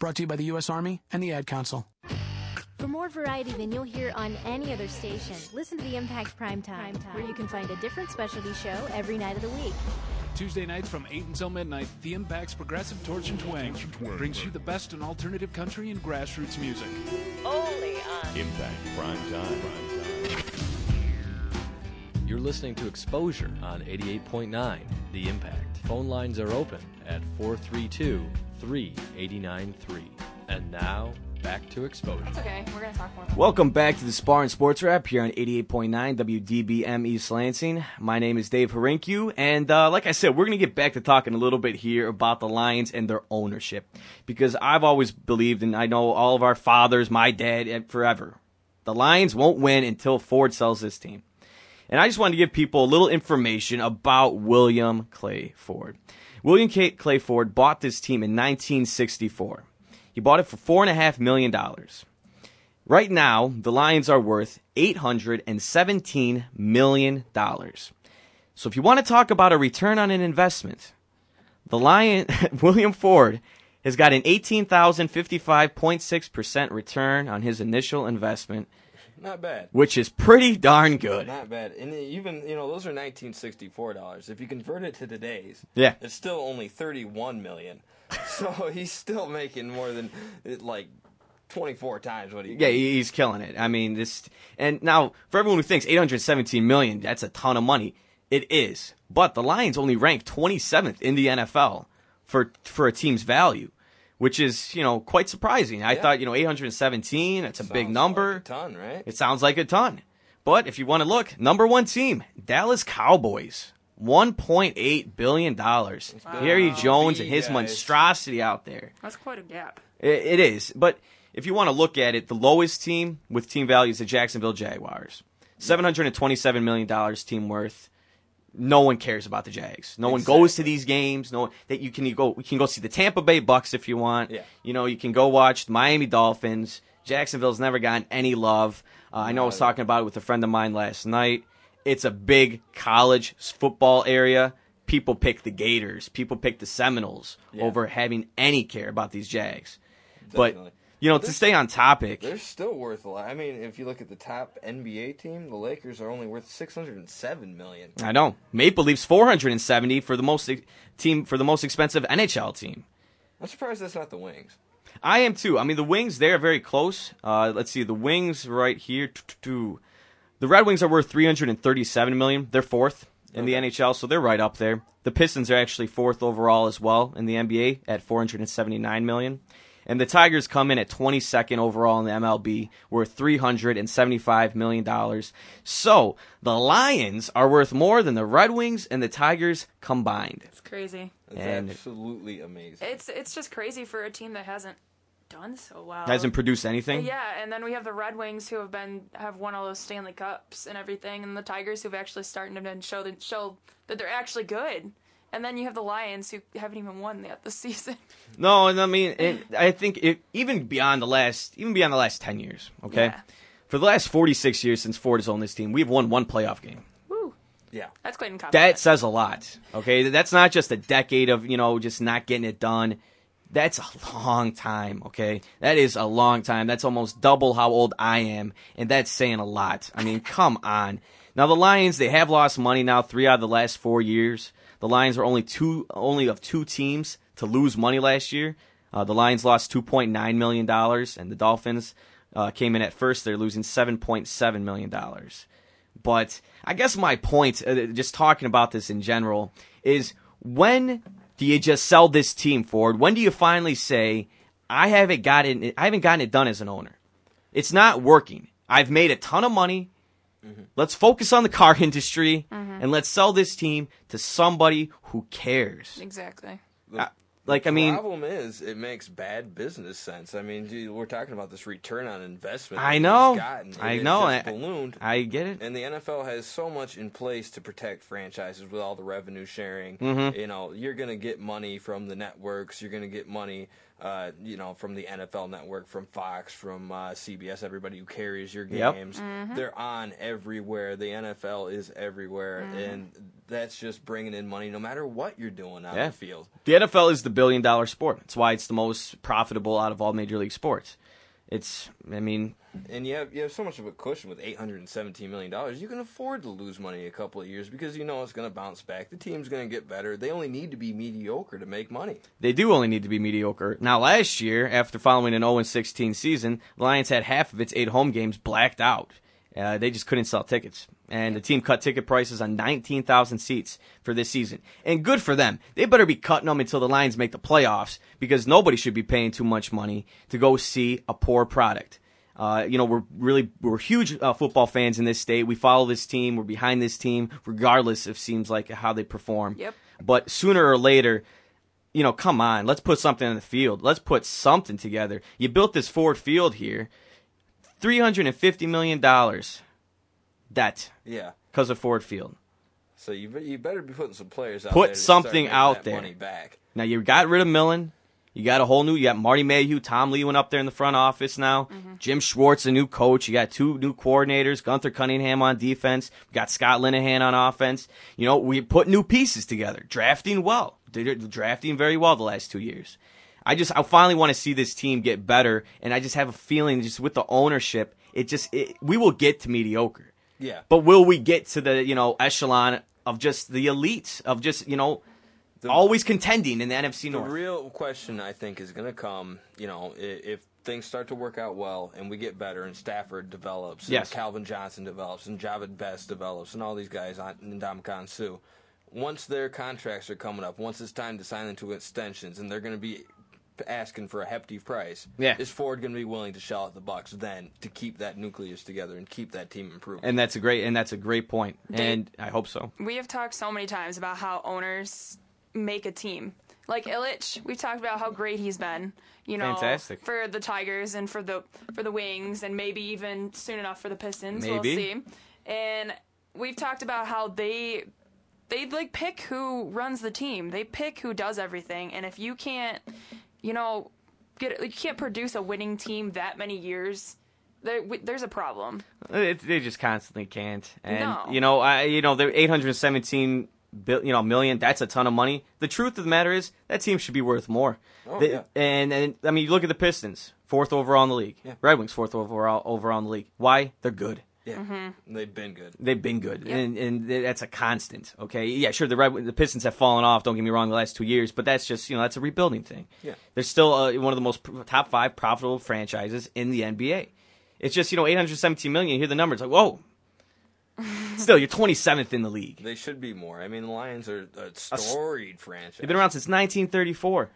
Speaker 5: Brought to you by the U.S. Army and the Ad Council.
Speaker 6: For more variety than you'll hear on any other station, listen to the Impact Primetime, Primetime. where you can find a different specialty show every night of the week.
Speaker 7: Tuesday nights from 8 until midnight, The Impact's Progressive Torch and Twang brings you the best in alternative country and grassroots music.
Speaker 8: Only on Impact Prime Time.
Speaker 9: You're listening to Exposure on 88.9 The Impact. Phone lines are open at 432 3893. And now, back to Exposure.
Speaker 2: It's okay. We're gonna talk more. About
Speaker 1: Welcome back to the Spartan Sports Wrap here on 88.9 WDBM East Lansing. My name is Dave Harinkyu, and uh, like I said, we're going to get back to talking a little bit here about the Lions and their ownership. Because I've always believed, and I know all of our fathers, my dad, and forever, the Lions won't win until Ford sells this team. And I just wanted to give people a little information about William Clay Ford. William K- Clay Ford bought this team in 1964. He bought it for four and a half million dollars. Right now, the Lions are worth eight hundred and seventeen million dollars. So, if you want to talk about a return on an investment, the Lion <laughs> William Ford has got an eighteen thousand fifty-five point six percent return on his initial investment,
Speaker 3: Not bad.
Speaker 1: which is pretty darn good.
Speaker 3: Not bad. And even you know those are 1964 dollars. If you convert it to today's,
Speaker 1: Yeah.
Speaker 3: it's still only 31 million. <laughs> so he's still making more than it, like 24 times what he.
Speaker 1: Yeah, he- he's killing it. I mean, this and now for everyone who thinks 817 million, that's a ton of money. It is, but the Lions only rank 27th in the NFL for for a team's value, which is you know quite surprising. I
Speaker 3: Yeah.
Speaker 1: thought you know 817, that's a big
Speaker 3: Sounds
Speaker 1: number.
Speaker 3: like a ton, right?
Speaker 1: It sounds like a ton. But if you want to look, number one team, Dallas Cowboys. $1.8 billion. Harry Jones and his
Speaker 3: Guys.
Speaker 1: monstrosity out there.
Speaker 2: That's quite a gap.
Speaker 1: It, it is, but if you want to look at it, the lowest team with team value is the Jacksonville Jaguars, seven hundred and twenty-seven million dollars team worth. No one cares about the Jags. No one goes to these games. No one, that you can you go you can go see the Tampa Bay Bucks if you want.
Speaker 3: Yeah.
Speaker 1: You know you can go watch the Miami Dolphins. Jacksonville's never gotten any love. Uh, I know I was talking about it with a friend of mine last night. It's a big college s- football area. People pick the Gators. People pick the Seminoles over having any care about these Jags.
Speaker 3: Definitely.
Speaker 1: But you know, to
Speaker 3: There's-
Speaker 1: stay on topic,
Speaker 3: They're still worth a lot. I mean, if you look at the top NBA team, the Lakers are only worth 607 million.
Speaker 1: I know Maple Leafs 470 for the most ex- team for the most expensive NHL team.
Speaker 3: I'm surprised that's not the Wings.
Speaker 1: I am too. I mean, the Wings they are very close. Uh, let's see, the Wings right here. t- t- t- The Red Wings are worth 337 million. They're fourth in the NHL, so they're right up there. The Pistons are actually fourth overall as well in the NBA at 479 million. And the Tigers come in at 22nd overall in the MLB, worth 375 million dollars. So the Lions are worth more than the Red Wings and the Tigers combined.
Speaker 2: It's crazy.
Speaker 3: It's
Speaker 1: And-
Speaker 3: absolutely amazing.
Speaker 2: It's it's just crazy for a team that hasn't done so well.
Speaker 1: Hasn't produced anything.
Speaker 2: Yeah, and then we have the Red Wings who have been have won all those Stanley Cups and everything, and the Tigers who've actually started to then show that show that they're actually good. And then you have the Lions who haven't even won yet this <laughs> season.
Speaker 1: No, and I mean, it, I think it, even beyond the last, even beyond the last ten years. Okay,
Speaker 2: Yeah.
Speaker 1: for the last forty-six years since Ford has owned this team, we've won one playoff game.
Speaker 2: Woo.
Speaker 3: yeah.
Speaker 2: That's Clayton Cobb.
Speaker 1: That says a lot. Okay, that's not just a decade of you know just not getting it done. That's a long time. Okay, that is a long time. That's almost double how old I am, and that's saying a lot. I mean, <laughs> come on. Now the Lions, they have lost money now three out of the last four years. The Lions were only two, only of two teams to lose money last year. Uh, the Lions lost $2.9 million, and the Dolphins uh, came in at first. They're losing $7.7 million. But I guess my point, uh, just talking about this in general, is when do you just sell this team forward? When do you finally say, I haven't gotten, I haven't gotten it done as an owner? It's not working. I've made a ton of money. Let's focus on the car <laughs> industry
Speaker 2: Mhm.
Speaker 1: and let's sell this team to somebody who cares.
Speaker 2: Exactly.
Speaker 1: I- like, I mean,
Speaker 3: problem is it makes bad business sense. I mean, dude, we're talking about this return on investment.
Speaker 1: I
Speaker 3: that
Speaker 1: know.
Speaker 3: he's gotten, and
Speaker 1: I
Speaker 3: it
Speaker 1: know.
Speaker 3: just
Speaker 1: I-
Speaker 3: ballooned.
Speaker 1: I get it.
Speaker 3: And the NFL has so much in place to protect franchises with all the revenue sharing.
Speaker 1: Mhm.
Speaker 3: You know, you're gonna get money from the networks. You're gonna get money. Uh, you know, from the NFL Network, from Fox, from uh, CBS, everybody who carries your
Speaker 1: Yep.
Speaker 3: games,
Speaker 1: Mhm.
Speaker 3: they're on everywhere. The NFL is everywhere,
Speaker 1: Mhm.
Speaker 3: and that's just bringing in money, no matter what you're doing on
Speaker 1: Yeah.
Speaker 3: the field.
Speaker 1: The NFL is the billion dollar sport. That's why it's the most profitable out of all major league sports. It's, I mean,
Speaker 3: and you have you have so much of a cushion with eight hundred and seventeen million dollars. You can afford to lose money a couple of years because you know it's going to bounce back. The team's going to get better. They only need to be mediocre to make money.
Speaker 1: they do only need to be mediocre. Now, last year, after following an 0 16 season, the Lions had half of its eight home games blacked out. Uh, they just couldn't sell tickets. And the team cut ticket prices on 19,000 seats for this season. And good for them. They better be cutting them until the Lions make the playoffs because nobody should be paying too much money to go see a poor product. Uh, you know, we're really we're huge uh, football fans in this state. We follow this team. We're behind this team, regardless of seems like how they perform.
Speaker 2: Yep.
Speaker 1: But sooner or later, you know, come on, let's put something on the field. Let's put something together. You built this Ford Field here, three hundred and fifty million dollars debt.
Speaker 3: Yeah.
Speaker 1: because of Ford Field.
Speaker 3: So you be- you better be putting some players out. there
Speaker 1: Put
Speaker 3: to start
Speaker 1: something
Speaker 3: making
Speaker 1: out
Speaker 3: that
Speaker 1: there.
Speaker 3: Money back.
Speaker 1: Now you got rid of Millen. You got a whole new. You got Marty Mayhew, Tom Lee went up there in the front office now. Jim Schwartz, a new coach. You got two new coordinators. Gunther Cunningham on defense. We got Scott Linehan on offense. You know we put new pieces together. Drafting well. Did it- Drafting very well the last two years. I just I finally want to see this team get better, and I just have a feeling just with the ownership, it just it, we will get to mediocre.
Speaker 3: Yeah.
Speaker 1: But will we get to the you know echelon of just the elite of just you know always contending in the NFC
Speaker 3: The
Speaker 1: North?
Speaker 3: real question I think is going to come. You know, i- if things start to work out well and we get better and Stafford develops, and
Speaker 1: Yes.
Speaker 3: Calvin Johnson develops, and Javid Best develops, and all these guys on Ndamukong Su. Once their contracts are coming up, once it's time to sign into extensions, and they're going to be asking for a hefty price,
Speaker 1: Yeah.
Speaker 3: is Ford going to be willing to shell out the bucks then to keep that nucleus together and keep that team improving?
Speaker 1: and that's a great and that's a great point, and I hope so.
Speaker 2: We have talked so many times about how owners make a team. Like Illich, we've talked about how great he's been, you know,
Speaker 1: Fantastic.
Speaker 2: for the Tigers and for the for the Wings and maybe even soon enough for the Pistons. We'll
Speaker 1: Maybe.
Speaker 2: see. And we've talked about how they they like pick who runs the team. They pick who does everything. And if you can't, you know, get you can't produce a winning team that many years, there, w- there's a problem.
Speaker 1: It, they just constantly can't, and
Speaker 2: No.
Speaker 1: you know, I you know they're eight hundred seventeen bill you know million. That's a ton of money. The truth of the matter is that team should be worth more.
Speaker 3: Oh,
Speaker 1: They-
Speaker 3: yeah.
Speaker 1: And and I mean, you look at the Pistons, fourth overall in the league.
Speaker 3: Yeah.
Speaker 1: Red Wings, fourth overall overall in the league. Why? They're good.
Speaker 3: Yeah, they've been good.
Speaker 1: They've been good,
Speaker 3: Yeah.
Speaker 1: and and th- that's a constant. Okay, yeah, sure. The Red, the Pistons have fallen off. Don't get me wrong, the last two years, but that's just you know that's a rebuilding thing.
Speaker 3: Yeah.
Speaker 1: they're still uh, one of the most pr- top five profitable franchises in the NBA. It's just you know 817 million. You hear the numbers like whoa. Still, you're 27th in the league.
Speaker 3: They should be more. I mean, the Lions are a storied franchise.
Speaker 1: They've been around since 1934.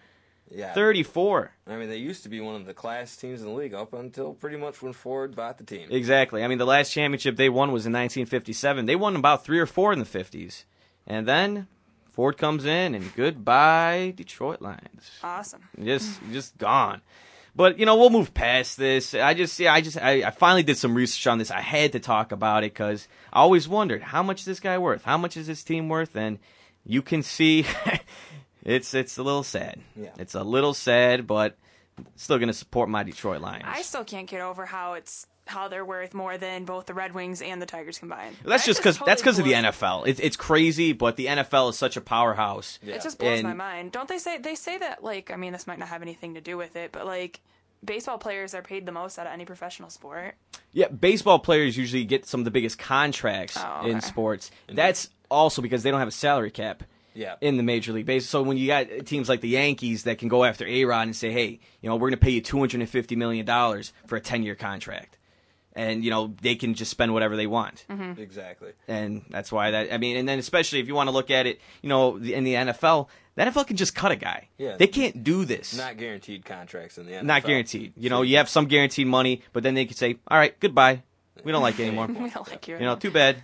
Speaker 3: Yeah.
Speaker 1: 34.
Speaker 3: I mean, they used to be one of the class teams in the league up until pretty much when Ford bought the team.
Speaker 1: Exactly. I mean, the last championship they won was in 1957. They won about three or four in the 50s, and then Ford comes in and goodbye Detroit Lions.
Speaker 2: Awesome.
Speaker 1: just just gone. But you know, we'll move past this. I just, yeah, I just, I, I finally did some research on this. I had to talk about it because I always wondered how much is this guy worth, how much is this team worth, and you can see, <laughs> it's it's a little sad.
Speaker 2: Yeah.
Speaker 1: It's a little sad, but still going to support my Detroit Lions.
Speaker 2: I still can't get over how it's how they're worth more than both the Red Wings and the Tigers combined.
Speaker 1: Well, That's
Speaker 2: That
Speaker 1: just because
Speaker 2: totally
Speaker 1: that's because of the
Speaker 2: blows-
Speaker 1: NFL. It, it's crazy, but the NFL is such a powerhouse.
Speaker 2: It just blows
Speaker 1: And-
Speaker 2: my mind. Don't they say they say that like I mean this might not have anything to do with it, but like baseball players are paid the most out of any professional sport. <laughs>
Speaker 1: Yeah, baseball players
Speaker 2: Oh,
Speaker 1: usually get some of the biggest contracts in sports. That's also because they don't have a salary cap.
Speaker 3: Yeah.
Speaker 1: in the Major League Baseball. So when you got teams like the Yankees that can go after A Rod and say, hey, you know, we're going to pay you $250 million for a 10 year contract. And, you know, they can just spend whatever they want.
Speaker 3: Mm-hmm. Exactly.
Speaker 1: And that's why that, I mean, and then especially if you want to look at it, you know, the- in the NFL, the NFL can just cut a guy.
Speaker 3: Yeah.
Speaker 1: They can't do this.
Speaker 3: Not guaranteed contracts in the NFL.
Speaker 1: Not guaranteed. You know, you have some guaranteed money, but then they could say, all right, goodbye. We don't like
Speaker 3: <laughs>
Speaker 1: you anymore.
Speaker 2: We don't like you
Speaker 1: You know,
Speaker 2: anymore.
Speaker 1: too bad.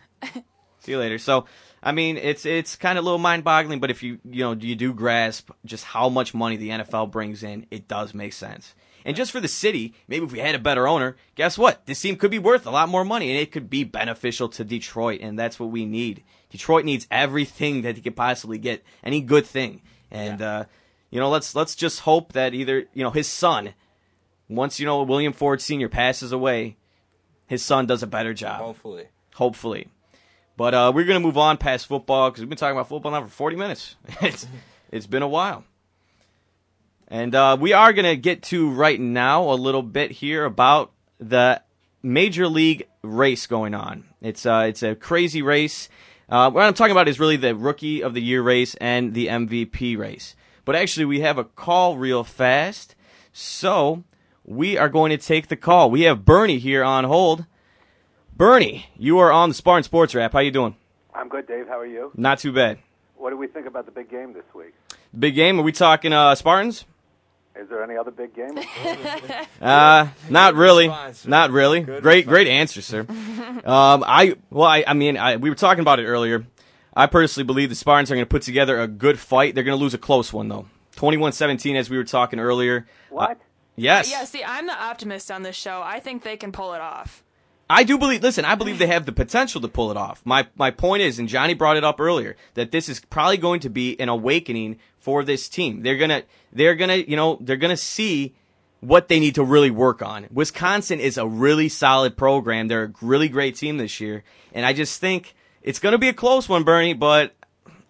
Speaker 1: See you later. So, I mean, it's it's kind of a little mind boggling, but if you you know you do grasp just how much money the NFL brings in, it does make sense. And just for the city, maybe if we had a better owner, guess what? This team could be worth a lot more money, and it could be beneficial to Detroit, and that's what we need. Detroit needs everything that they could possibly get, any good thing, and uh, you know, let's let's just hope that either you know his son, once you know William Ford Senior passes away, his son does a better job.
Speaker 3: Hopefully.
Speaker 1: Hopefully. But uh, we're going to move on past football because we've been talking about football now for 40 minutes. <laughs> it's, it's been a while. And uh, we are going to get to right now a little bit here about the major league race going on. It's uh, it's a crazy race. Uh, what I'm talking about is really the rookie of the year race and the MVP race. But actually, we have a call real fast, so we are going to take the call. We have Bernie here on hold. Bernie, you are on the Spartan Sports Wrap. How you doing?
Speaker 10: I'm good, Dave. How are you?
Speaker 1: Not too bad.
Speaker 10: What do we think about the big game this week?
Speaker 1: Big game. Are we talking uh, Spartans?
Speaker 10: Is there any other big game?
Speaker 1: Uh, not really.
Speaker 10: response, sir.
Speaker 1: Not really.
Speaker 10: Good
Speaker 1: great, great answer, sir. <laughs> um, I well, I, I mean, I, we were talking about it earlier. I personally believe the Spartans are going to put together a good fight. They're going to lose a close one though. 21-17 as we were talking earlier. What? yes.
Speaker 2: Yeah, see, I'm the optimist on this show. I think they can pull it off.
Speaker 1: I do believe. Listen, I believe they have the potential to pull it off. My my point is, and Johnny brought it up earlier, that this is probably going to be an awakening for this team. They're gonna they're gonna you know they're gonna see what they need to really work on. Wisconsin is a really solid program. They're a really great team this year, and I just think it's gonna be a close one, Bernie. But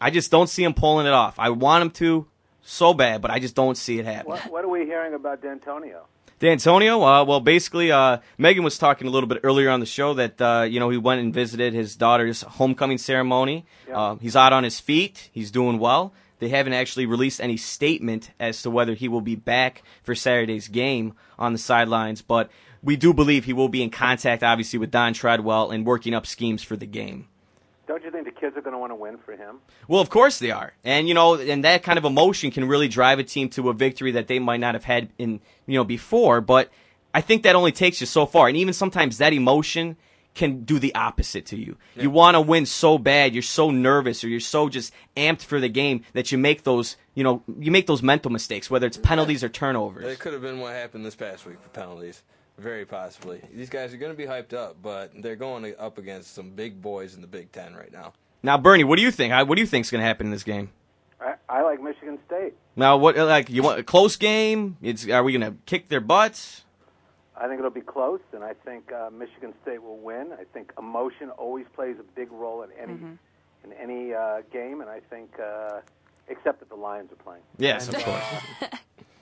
Speaker 1: I just don't see them pulling it off. I want them to so bad, but I just don't see it happen.
Speaker 10: what, what are we hearing about D'Antonio?
Speaker 1: D'Antonio, uh, well, basically, uh, Megan was talking a little bit earlier on the show that uh, you know he went and visited his daughter's homecoming ceremony. Uh, he's out on his feet. He's doing well. They haven't actually released any statement as to whether he will be back for Saturday's game on the sidelines, but we do believe he will be in contact, obviously, with Don Treadwell and working up schemes for the game.
Speaker 10: Don't you think the kids are going to want to win for him?
Speaker 1: Well, of course they are, and you know, and that kind of emotion can really drive a team to a victory that they might not have had in you know before. But I think that only takes you so far, and even sometimes that emotion can do the opposite to you. You want to win so bad, you're so nervous, or you're so just amped for the game that you make those you know you make those mental mistakes, whether it's penalties or turnovers.
Speaker 3: It could have been what happened this past week for penalties. Very possibly. These guys are going to be hyped up, but they're going up against some big boys in the Big Ten right now.
Speaker 1: Now, Bernie, what do you think? How- What do you think's going to happen in this game?
Speaker 10: I, I like Michigan State.
Speaker 1: Now, what like you want a close game? It's are we going to kick their butts?
Speaker 10: I think it'll be close, and I think uh, Michigan State will win. I think emotion always plays a big role in any
Speaker 2: Mm-hmm.
Speaker 10: in any uh, game, and I think uh, except that the Lions are playing.
Speaker 1: Yes, of course.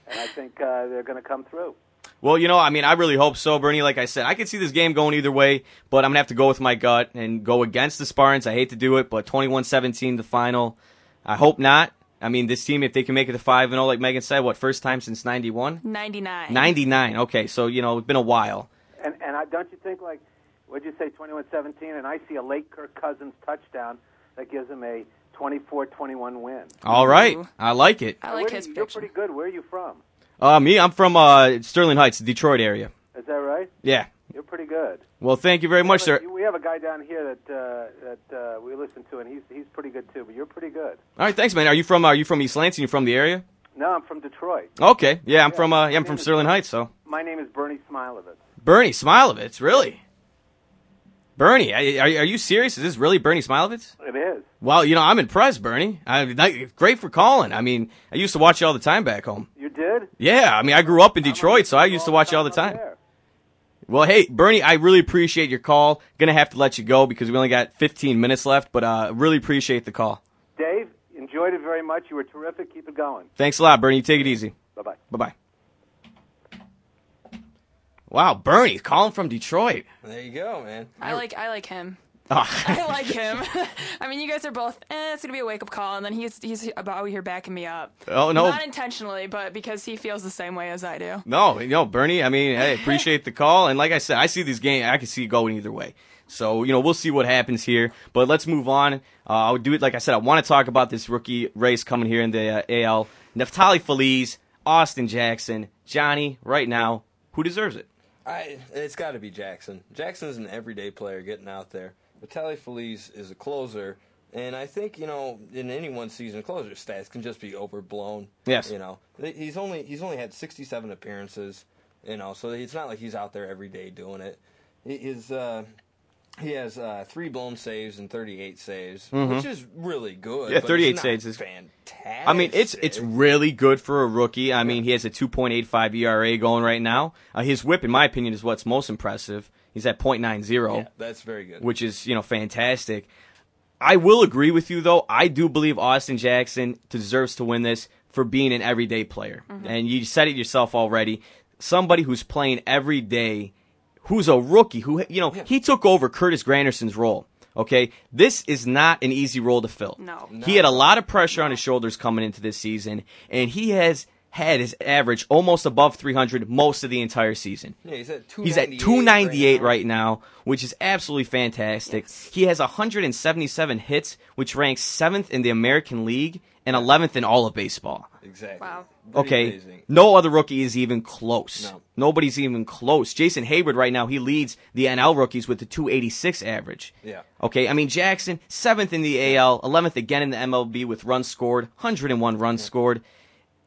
Speaker 10: And I think uh, they're going to come through.
Speaker 1: Well, you know, I mean, I really hope so, Bernie. Like I said, I could see this game going either way, but I'm going to have to go with my gut and go against the Spartans. I hate to do it, but 21 17, the final. I hope not. I mean, this team, if they can make it to 5 0, like Megan said, what, first time since 91?
Speaker 2: 99.
Speaker 1: 99. Okay, so, you know, it's been a while.
Speaker 10: And and I, don't you think like what'd you say 21-17 and I see a late Kirk Cousins touchdown that gives them a 24-21 win.
Speaker 1: All right. I like it.
Speaker 10: I like his You're pretty good. Where are you from?
Speaker 1: Uh, me, I'm from uh, Sterling Heights, Detroit area.
Speaker 10: Is that right?
Speaker 1: Yeah.
Speaker 10: You're pretty good.
Speaker 1: Well, thank you very much, sir.
Speaker 10: We have a guy down here that uh, that uh, we listen to and he's he's pretty good too, but you're pretty good.
Speaker 1: All right, thanks, man. Are you from uh, Are you from East Lansing? You from the area?
Speaker 10: No, I'm from Detroit.
Speaker 1: Okay. Yeah, I'm from uh, yeah, I'm from Sterling Heights, so.
Speaker 10: My name is Bernie Smilovitz.
Speaker 1: Bernie Smilovitz, really? Bernie, I- are, are you serious? Is this really Bernie Smilovitz?
Speaker 10: It is.
Speaker 1: Well, you know, I'm impressed, Bernie. I, I- great for calling. I mean, I used to watch you all the time back home.
Speaker 10: You did?
Speaker 1: Yeah, I mean, I grew up in Detroit, so I used to watch you all the time. Well, hey, Bernie, I really appreciate your call. Gonna have to let you go because we only got 15 minutes left, but uh, really appreciate the call.
Speaker 10: Dave, enjoyed it very much. You were terrific. Keep it going.
Speaker 1: Thanks a lot, Bernie. You Take it easy.
Speaker 10: Bye-bye.
Speaker 1: Bye bye. Wow, Bernie calling from Detroit.
Speaker 3: There you go, man.
Speaker 2: I like I like him.
Speaker 1: Ah.
Speaker 2: I like him. <laughs> I mean, you guys are both. Eh, it's gonna be a wake up call, and then he's he's about here backing me up.
Speaker 1: Oh, no.
Speaker 2: not intentionally, but because he feels the same way as I do.
Speaker 1: No, you know, Bernie, I mean, hey, appreciate the call. And like I said, I see this game, I can see it going either way. So, you know, we'll see what happens here. But let's move on. Uh, I would do it, like I said, I want to talk about this rookie race coming here in the uh, AL. Neftali Feliz, Austin Jackson, Johnny, right now, who deserves it?
Speaker 3: I, it's got to be Jackson. Jackson's an everyday player getting out there. Vitaly Feliz is a closer, and I think you know in any one season, closer stats can just be overblown.
Speaker 1: Yes.
Speaker 3: you know Th- he's only he's only had 67 appearances. You know, so it's not like he's out there every day doing it. He- His uh, he has uh, three blown saves and 38 saves,
Speaker 1: Mhm.
Speaker 3: which is really good.
Speaker 1: Yeah,
Speaker 3: but it's
Speaker 1: 38
Speaker 3: not
Speaker 1: saves is
Speaker 3: fantastic.
Speaker 1: I mean, it's it's really good for a rookie. I mean, he has a 2.85 ERA E going right now. Uh, his whip, in my opinion, is what's most impressive. He's at .90.
Speaker 3: Yeah, that's very good.
Speaker 1: Which is you know fantastic. I will agree with you though. I do believe Austin Jackson deserves to win this for being an everyday player,
Speaker 3: Mm-hmm.
Speaker 1: and you said it yourself already. Somebody who's playing every day, who's a rookie, who you know he took over Curtis Granderson's role. Okay, this is not an easy role to fill.
Speaker 2: No.
Speaker 1: He had a lot of pressure on his shoulders coming into this season, and he has had his average almost above 300 most of the entire season.
Speaker 3: Yeah, he's at
Speaker 1: He's at 298 right now, which is absolutely fantastic. He has 177 hits, which ranks seventh in the American League and 11th in all of baseball.
Speaker 3: Exactly. Wow.
Speaker 1: Okay, no other rookie is even close.
Speaker 3: No.
Speaker 1: Nobody's even close. Jason Hayward right now he leads the NL rookies with the 286 average.
Speaker 3: Yeah.
Speaker 1: Okay, I mean Jackson seventh in the AL, 11th again in the MLB with runs scored, 101 runs scored.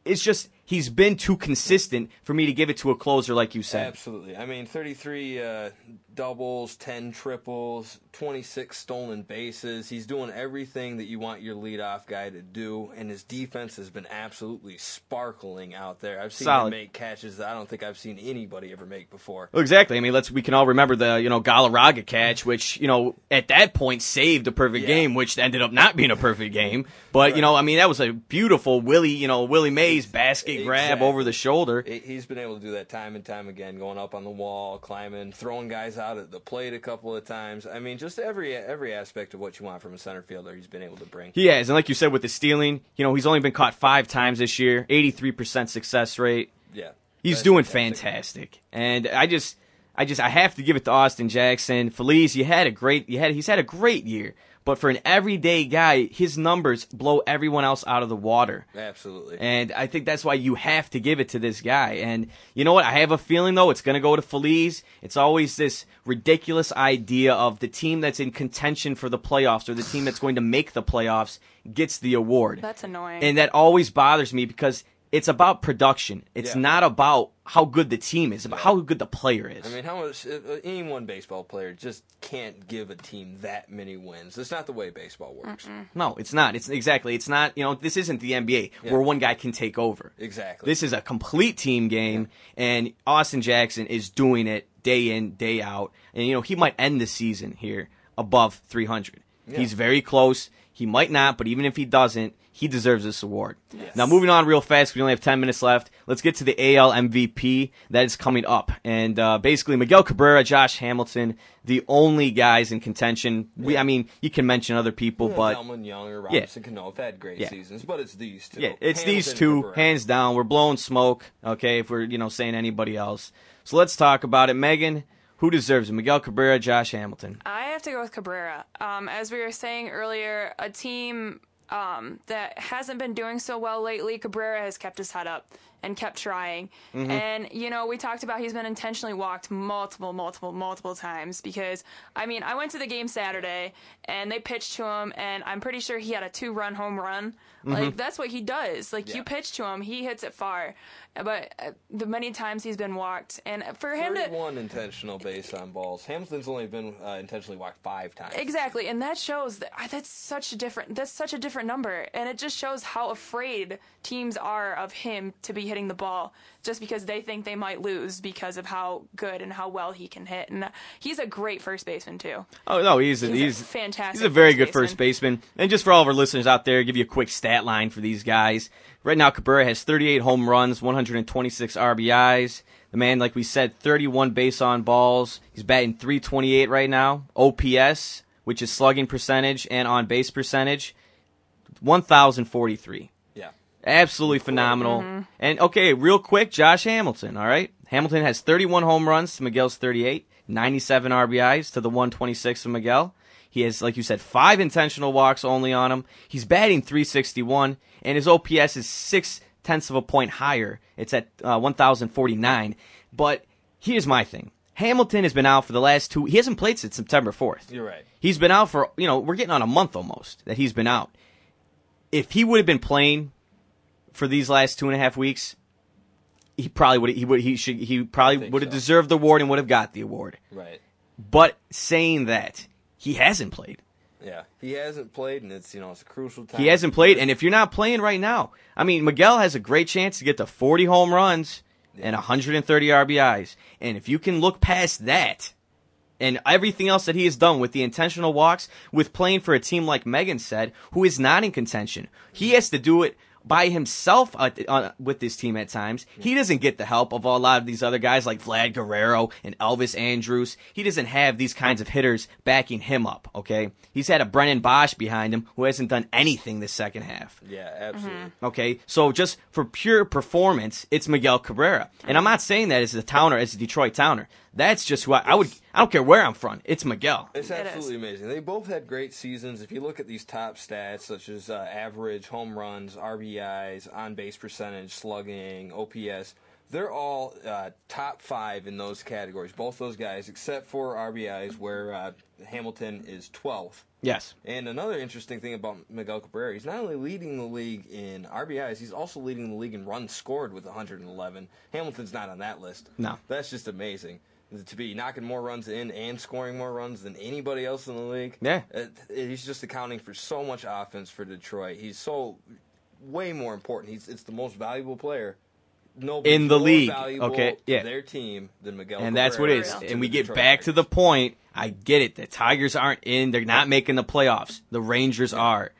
Speaker 1: It's just he's been too consistent for me to give it to a closer like you said.
Speaker 3: Absolutely. I mean, 33 uh, doubles, 10 triples, 26 stolen bases. He's doing everything that you want your leadoff guy to do, and his defense has been absolutely sparkling out there. I've seen
Speaker 1: Solid.
Speaker 3: him make catches that I don't think I've seen anybody ever make before.
Speaker 1: Well, exactly. I mean, let's we can all remember the you know Galarraga catch, which you know at that point saved a perfect game, which ended up not being a perfect game. But you know, I mean, that was a beautiful Willie, you know, Willie Mays basket grab
Speaker 3: Exactly.
Speaker 1: over the shoulder.
Speaker 3: He- He's been able to do that time and time again, going up on the wall, climbing, throwing guys out at the plate a couple of times. I mean, just every every aspect of what you want from a center fielder, he's been able to bring.
Speaker 1: He has, and like you said, with the stealing, you know, he's only been caught five times this year, eighty-three percent success rate.
Speaker 3: Yeah.
Speaker 1: he's doing fantastic. And I just, I just, I have to give it to Austin Jackson. Feliz, you had a great, you had, he's had a great year. But for an everyday guy, his numbers blow everyone else out of the water.
Speaker 3: Absolutely.
Speaker 1: And I think that's why you have to give it to this guy. And you know what? I have a feeling though it's going to go to Feliz. It's always this ridiculous idea of the team that's in contention for the playoffs or the team that's going to make the playoffs gets the award.
Speaker 2: That's annoying.
Speaker 1: And that always bothers me because it's about production. It's
Speaker 3: Yeah.
Speaker 1: not about how good the team is, about how good the player is.
Speaker 3: I mean, how much uh, uh, any one baseball player just can't give a team that many wins. That's not the way baseball works.
Speaker 1: no, it's not. It's exactly. It's not, you know, this isn't the NBA
Speaker 3: Yeah.
Speaker 1: where one guy can take over.
Speaker 3: Exactly.
Speaker 1: This is a complete team game, and Austin Jackson is doing it day in, day out. And, you know, he might end the season here above 300.
Speaker 11: Yeah.
Speaker 1: He's very close. He might not, but even if he doesn't, he deserves this award.
Speaker 11: Yes.
Speaker 1: Now, moving on real fast, we only have 10 minutes left. Let's get to the AL MVP that is coming up. And uh, basically, Miguel Cabrera, Josh Hamilton, the only guys in contention. We, I mean, you can mention other people,
Speaker 3: Yeah,
Speaker 1: but.
Speaker 3: Delman Young or
Speaker 1: Yeah.
Speaker 3: Robinson Cano have had great
Speaker 1: Yeah.
Speaker 3: seasons, but it's these two.
Speaker 1: Yeah, it's
Speaker 3: Hamilton
Speaker 1: these
Speaker 3: and
Speaker 1: two,
Speaker 3: Cabrera.
Speaker 1: hands down. We're blowing smoke, okay, if we're, you know, saying anybody else. So let's talk about it. Megan, who deserves it? Miguel Cabrera, Josh Hamilton.
Speaker 2: I have to go with Cabrera. Um, as we were saying earlier, a team um, that hasn't been doing so well lately, Cabrera has kept his head up and kept trying.
Speaker 12: Mhm.
Speaker 2: And, you know, we talked about he's been intentionally walked multiple, multiple, multiple times because, I mean, I went to the game Saturday and they pitched to him, and I'm pretty sure he had a two run home run.
Speaker 12: Mhm.
Speaker 2: Like, that's what he does. Like,
Speaker 12: Yeah.
Speaker 2: you pitch to him, he hits it far. But uh, the many times he's been walked, and for him to.
Speaker 3: Thirty-one intentional base on balls. Hamilton's only been uh, intentionally walked five times.
Speaker 2: Exactly, and that shows that ah, that's such a different that's such a different number, and it just shows how afraid teams are of him to be hitting the ball, just because they think they might lose because of how good and how well he can hit, and uh, he's a great first baseman too.
Speaker 1: Oh no, he's a,
Speaker 2: He's a
Speaker 1: he's,
Speaker 2: fantastic
Speaker 1: He's a very
Speaker 2: first
Speaker 1: good first baseman. And just for all of our listeners out there, give you a quick stat line for these guys. Right now, Cabrera has 38 home runs, 126 RBIs. The man, like we said, 31 base on balls. He's batting 328 right now, OPS, which is slugging percentage and on base percentage, 1,043.
Speaker 3: Yeah.
Speaker 1: Absolutely phenomenal.
Speaker 3: Mhm.
Speaker 1: And okay, real quick, Josh Hamilton, all right? Hamilton has 31 home runs to Miguel's 38, 97 RBIs to the 126 of Miguel. He has, like you said, five intentional walks only on him. He's batting 361, and his OPS is six tenths of a point higher. It's at uh, 1,049. But here's my thing Hamilton has been out for the last two, he hasn't played since September 4th.
Speaker 3: You're right.
Speaker 1: He's been out for, you know, we're getting on a month almost that he's been out. If he would have been playing for these last two and a half weeks, he probably would he would he should he probably would have deserved the award and would have got the award.
Speaker 3: Right.
Speaker 1: But saying that, he hasn't played.
Speaker 3: Yeah. He hasn't played, and it's you know it's a crucial time.
Speaker 1: He hasn't played, and if you're not playing right now, I mean, Miguel has a great chance to get to 40 home runs and 130 RBIs, and if you can look past that and everything else that he has done with the intentional walks, with playing for a team like Megan said, who is not in contention, he has to do it by himself at, uh, with this team at times. He doesn't get the help of a lot of these other guys like Vlad Guerrero and Elvis Andrews. He doesn't have these kinds of hitters backing him up, okay? He's had a Brennan Bosch behind him who hasn't done anything this second half.
Speaker 3: Yeah, absolutely.
Speaker 1: Okay, so just for pure performance, it's Miguel Cabrera, and I'm not saying that as a towner, as a Detroit towner. That's just who I, I would. I don't care where I'm from. It's Miguel.
Speaker 3: It's absolutely amazing. They both had great seasons. If you look at these top stats, such as uh, average, home runs, RBIs, on base percentage, slugging, OPS, they're all uh, top five in those categories. Both those guys, except for RBIs, where uh, Hamilton is 12th.
Speaker 1: Yes.
Speaker 3: And another interesting thing about Miguel Cabrera, he's not only leading the league in RBIs, he's also leading the league in runs scored with 111. Hamilton's not on that list.
Speaker 1: No.
Speaker 3: That's just amazing. To be knocking more runs in and scoring more runs than anybody else in the league.
Speaker 1: Yeah.
Speaker 3: Uh, he's just accounting for so much offense for Detroit. He's so way more important. He's it's the most valuable player. Nobody's
Speaker 1: In the
Speaker 3: more
Speaker 1: league.
Speaker 3: valuable
Speaker 1: Okay,
Speaker 3: to
Speaker 1: yeah.
Speaker 3: Their team than Miguel.
Speaker 1: and that's what it is.
Speaker 3: Cabrera to
Speaker 1: And we
Speaker 3: the
Speaker 1: get
Speaker 3: Detroit
Speaker 1: back to the point. I get it. The Tigers aren't in. They're not making the playoffs. The Rangers are.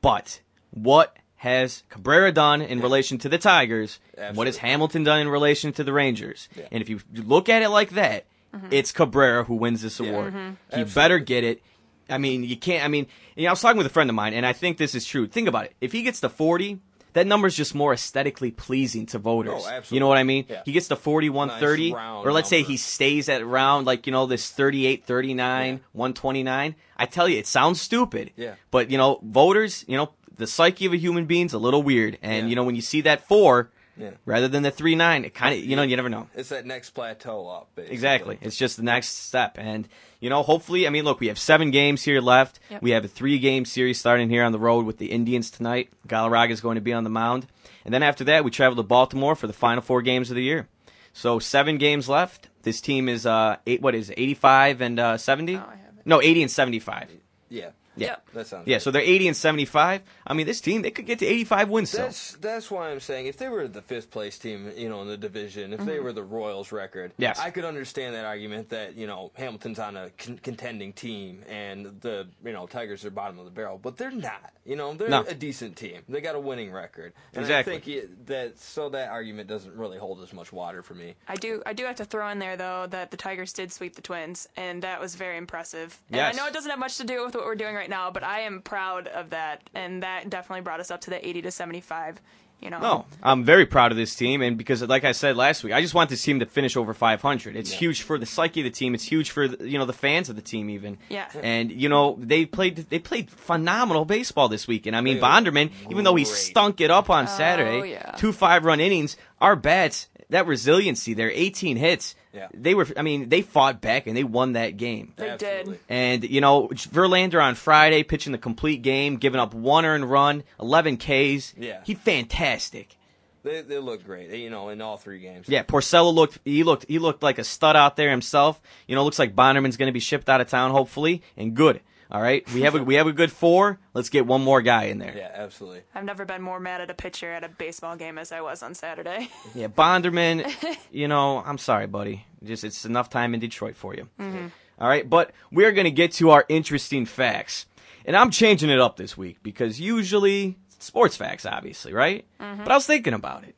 Speaker 1: But what has Cabrera done in relation to the Tigers? What has Hamilton done in relation to the Rangers? And if you look at it like that, it's Cabrera who wins this award.
Speaker 11: Mhm.
Speaker 1: He better get it. I mean, you can't. I mean, you know, I was talking with a friend of mine, and I think this is true. Think about it. If he gets to 40, that number's just more aesthetically pleasing to voters.
Speaker 3: Oh,
Speaker 1: You know what I mean?
Speaker 11: Yeah.
Speaker 1: He gets to 41,
Speaker 11: Nice
Speaker 1: 30,
Speaker 11: round
Speaker 1: or let's say he stays at around, like, you know, this 38, 39, 129. I tell you, it sounds stupid.
Speaker 11: Yeah.
Speaker 1: But, you know, voters, you know, the psyche of a human being's a little weird. And, you know, when you see that 4
Speaker 3: Yeah.
Speaker 1: rather than the 3, 9, it kind of, you know, you never know.
Speaker 3: It's that next plateau up. Basically.
Speaker 1: Exactly. It's just the next step. And, you know, hopefully, I mean, look, we have seven games here left.
Speaker 3: Yep.
Speaker 1: We have a three game series starting here on the road with the Indians tonight. Galarraga is going to be on the mound. And then after that, we travel to Baltimore for the final four games of the year. So seven games left. This team is, uh, eight, what is it, 85 and uh, 70? no, 80 and 75.
Speaker 3: Yeah.
Speaker 1: Yeah.
Speaker 3: That sounds.
Speaker 1: Yeah, so they're 80 and 75. I mean, this team, they could get to 85 wins still.
Speaker 3: That's that's why I'm saying if they were the fifth place team, you know, in the division, if they
Speaker 1: Mhm.
Speaker 3: were the Royals record,
Speaker 1: Yes.
Speaker 3: I could understand that argument that you know Hamilton's on a con- contending team and the you know Tigers are bottom of the barrel, but they're not. You know, they're
Speaker 1: No.
Speaker 3: a decent team. They got a winning record, and
Speaker 1: Exactly.
Speaker 3: I think it, that so that argument doesn't really hold as much water for me.
Speaker 2: I do I do have to throw in there though that the Tigers did sweep the Twins and that was very impressive. And
Speaker 3: Yes.
Speaker 2: I know it doesn't have much to do with what we're doing right now, but I am proud of that and that definitely brought us up to the 80 to 75, you know.
Speaker 1: No, I'm very proud of this team, and because, like I said last week, I just want this team to finish over 500. It's huge for the psyche of the team. It's huge for the, you know the fans of the team, even.
Speaker 2: Yeah.
Speaker 1: And you know they played they played phenomenal baseball this weekend. I mean
Speaker 11: They were
Speaker 1: Bonderman, even though he stunk it up on Saturday,
Speaker 11: yeah.
Speaker 1: two five run innings. Our bats, that resiliency, there, 18 hits.
Speaker 11: Yeah.
Speaker 1: They were, I mean, they fought back and they won that game.
Speaker 2: They did.
Speaker 1: And you know Verlander on Friday pitching the complete game, giving up one earned run, 11 Ks.
Speaker 3: Yeah.
Speaker 1: He fantastic.
Speaker 3: They they look great, you know, in all three games.
Speaker 1: Yeah, Porcello looked he looked he looked like a stud out there himself. You know, looks like Bonnerman's going to be shipped out of town hopefully, and good. All right, we have a we have a good four. Let's get one more guy in there.
Speaker 3: Yeah, absolutely.
Speaker 2: I've never been more mad at a pitcher at a baseball game as I was on
Speaker 3: <laughs>
Speaker 2: Saturday.
Speaker 1: Yeah, Bonderman. you know, I'm sorry, buddy. Just it's enough time in Detroit for you.
Speaker 2: Mhm.
Speaker 1: All right, but we're going to get to our interesting facts. And I'm changing it up this week because usually it's sports facts, obviously, right?
Speaker 11: Mhm.
Speaker 1: But I was thinking about it.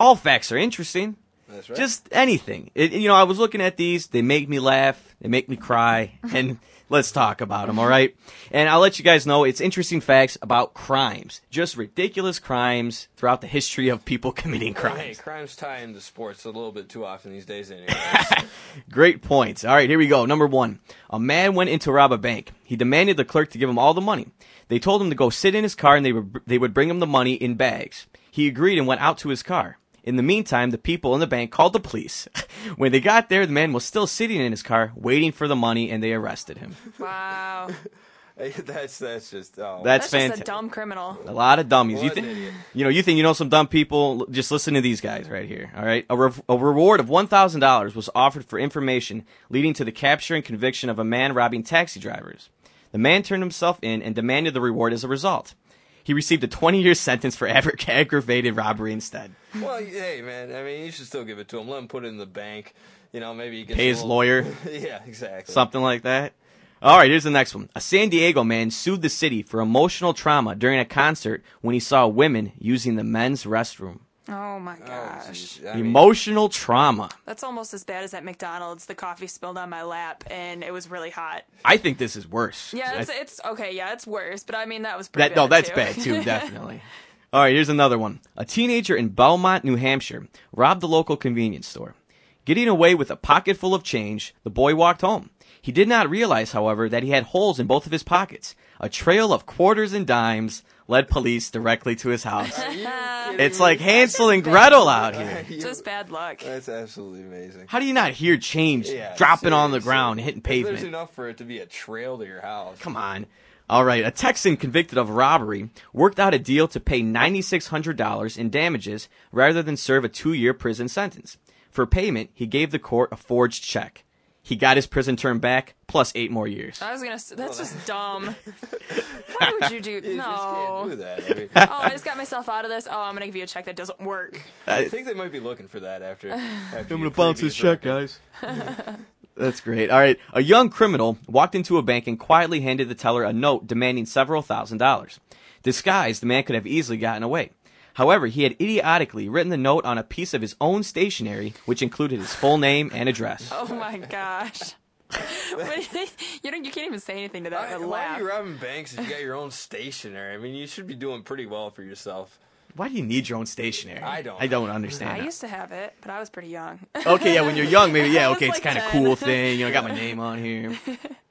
Speaker 1: All facts are interesting.
Speaker 3: That's right.
Speaker 1: Just anything. It, you know, I was looking at these. They make me laugh. They make me cry. And let's talk about them, all right? And I'll let you guys know it's interesting facts about crimes. Just ridiculous crimes throughout the history of people <laughs> committing
Speaker 3: Hey,
Speaker 1: crimes.
Speaker 3: crimes tie into sports a little bit too often these days, anyway.
Speaker 1: <laughs> Great points. All right, here we go. Number one. A man went in to rob a bank. He demanded the clerk to give him all the money. They told him to go sit in his car and they would, they would bring him the money in bags. He agreed and went out to his car. In the meantime, the people in the bank called the police. <laughs> when they got there, the man was still sitting in his car waiting for the money and they arrested him.
Speaker 2: Wow.
Speaker 3: Hey, that's that's just oh.
Speaker 1: That's
Speaker 2: just a
Speaker 1: fanta-
Speaker 2: dumb criminal.
Speaker 1: A lot of dummies. you
Speaker 2: What an
Speaker 1: think
Speaker 2: idiot.
Speaker 1: you know? You think you know some dumb people? L- Just listen to these guys right here. All right, a, rev a reward of one thousand dollars was offered for information leading to the capture and conviction of a man robbing taxi drivers. The man turned himself in and demanded the reward as a result. He received a twenty-year sentence for aggra- <laughs> aggravated robbery instead.
Speaker 3: Well, hey man, I mean you should still give it to him. Let him put it in the bank. You know, maybe he gets
Speaker 1: Pay
Speaker 3: a
Speaker 1: his
Speaker 3: little-
Speaker 1: lawyer.
Speaker 3: <laughs> yeah, exactly.
Speaker 1: Something like that. All right, here's the next one. A San Diego man sued the city for emotional trauma during a concert when he saw women using the men's restroom.
Speaker 2: Oh my gosh.
Speaker 1: emotional trauma.
Speaker 2: That's almost as bad as at McDonald's. The coffee spilled on my lap, and it was really hot.
Speaker 1: I think this is worse.
Speaker 2: Yeah, it's,
Speaker 1: I-
Speaker 2: it's okay. Yeah, it's worse. But I mean, that was pretty
Speaker 1: that no,
Speaker 2: bad,
Speaker 1: that's
Speaker 2: too.
Speaker 1: bad
Speaker 2: <laughs>
Speaker 1: too,
Speaker 3: <laughs>
Speaker 1: definitely. All right, here's another one. A teenager in Belmont, New Hampshire, robbed the local convenience store. Getting away with a pocket full of change, the boy walked home. He did not realize, however, that he had holes in both of his pockets. A trail of quarters and dimes led police directly to his
Speaker 2: <laughs>
Speaker 1: house. <laughs> it's like
Speaker 3: <laughs>
Speaker 1: Hansel and Gretel out here.
Speaker 2: Just bad luck.
Speaker 3: That's absolutely amazing.
Speaker 1: How do you not hear change
Speaker 3: Yeah,
Speaker 1: dropping on the
Speaker 3: seriously.
Speaker 1: ground, hitting
Speaker 3: If there's
Speaker 1: pavement?
Speaker 3: enough for it to be a trail to your house.
Speaker 1: Come on. All right, a Texan convicted of robbery worked out a deal to pay $9,600 in damages rather than serve a two year prison sentence. For payment, he gave the court a forged check. He got his prison term back, plus eight more years.
Speaker 2: I was gonna. s- That's
Speaker 3: <laughs>
Speaker 1: <laughs>
Speaker 2: just dumb. Why would you do? no.
Speaker 3: do that.
Speaker 1: <laughs>
Speaker 3: I mean-
Speaker 2: oh, I just got myself out of this. Oh, I'm gonna give you a check that doesn't work.
Speaker 3: I think they might be looking for that after. after
Speaker 1: I'm gonna
Speaker 3: your
Speaker 1: bounce this
Speaker 3: previous
Speaker 1: check,
Speaker 3: record.
Speaker 2: <laughs>
Speaker 1: That's great. All right. A young criminal walked into a bank and quietly handed the teller a note demanding several thousand dollars. Disguised, the man could have easily gotten away. However, he had idiotically written the note on a piece of his own stationery, which included his full name and address.
Speaker 2: Oh
Speaker 3: <laughs>
Speaker 2: my gosh. <laughs> What do you- you don't. You can't even say anything to that.
Speaker 3: Why,
Speaker 2: but
Speaker 3: why
Speaker 2: laugh.
Speaker 3: are you robbing banks if you got your own stationery? I mean, you should be doing pretty well for yourself.
Speaker 1: Why do you need your own stationery?
Speaker 3: I don't.
Speaker 1: I don't understand.
Speaker 2: I
Speaker 1: that.
Speaker 2: used to have it, but I was pretty young. <laughs>
Speaker 1: okay, yeah, when you're young, maybe yeah,
Speaker 2: I was
Speaker 1: okay, it's
Speaker 2: like
Speaker 1: kind of
Speaker 2: 10.
Speaker 1: cool thing. You know, I got my name on
Speaker 2: <laughs>
Speaker 1: here.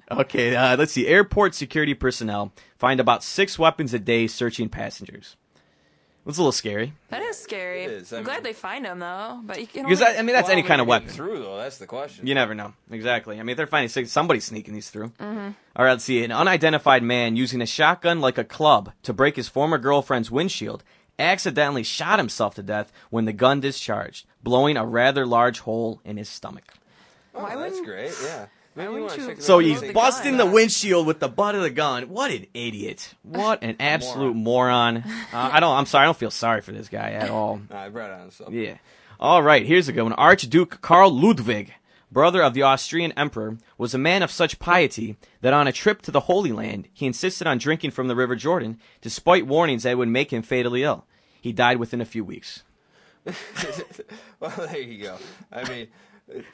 Speaker 1: Okay, uh, let's see. Airport security personnel find about six weapons a day searching passengers. It's a little scary
Speaker 2: That is scary.
Speaker 3: is, I
Speaker 2: I'm
Speaker 3: mean-
Speaker 2: glad they find him though. But you can.
Speaker 1: because
Speaker 2: only-
Speaker 1: I, I mean that's
Speaker 3: Well,
Speaker 1: any
Speaker 3: how
Speaker 1: kind
Speaker 3: are
Speaker 1: of
Speaker 3: we getting
Speaker 1: weapon.
Speaker 3: Through though, that's the question.
Speaker 1: You never know exactly. I mean, if they're finding six, somebody's sneaking these through.
Speaker 2: Mhm.
Speaker 1: All right, let's see. An unidentified man using a shotgun like a club to break his former girlfriend's windshield accidentally shot himself to death when the gun discharged, blowing a rather large hole in his stomach.
Speaker 3: Oh, that's great. Yeah. Maybe you wanna check it
Speaker 1: So
Speaker 3: out.
Speaker 1: he's
Speaker 3: Take-
Speaker 1: busting the windshield with the butt of the gun. What an idiot! What <laughs> an absolute moron! <laughs> Uh, I don't. I'm sorry. I don't feel sorry for this guy at all.
Speaker 3: Nah, I brought it on himself.
Speaker 1: Yeah. All right, here's a good one. Archduke Karl Ludwig, brother of the Austrian emperor, was a man of such piety that on a trip to the Holy Land, he insisted on drinking from the River Jordan, despite warnings that it would make him fatally ill. He died within a few weeks.
Speaker 3: <laughs> well, there you go. I mean, it-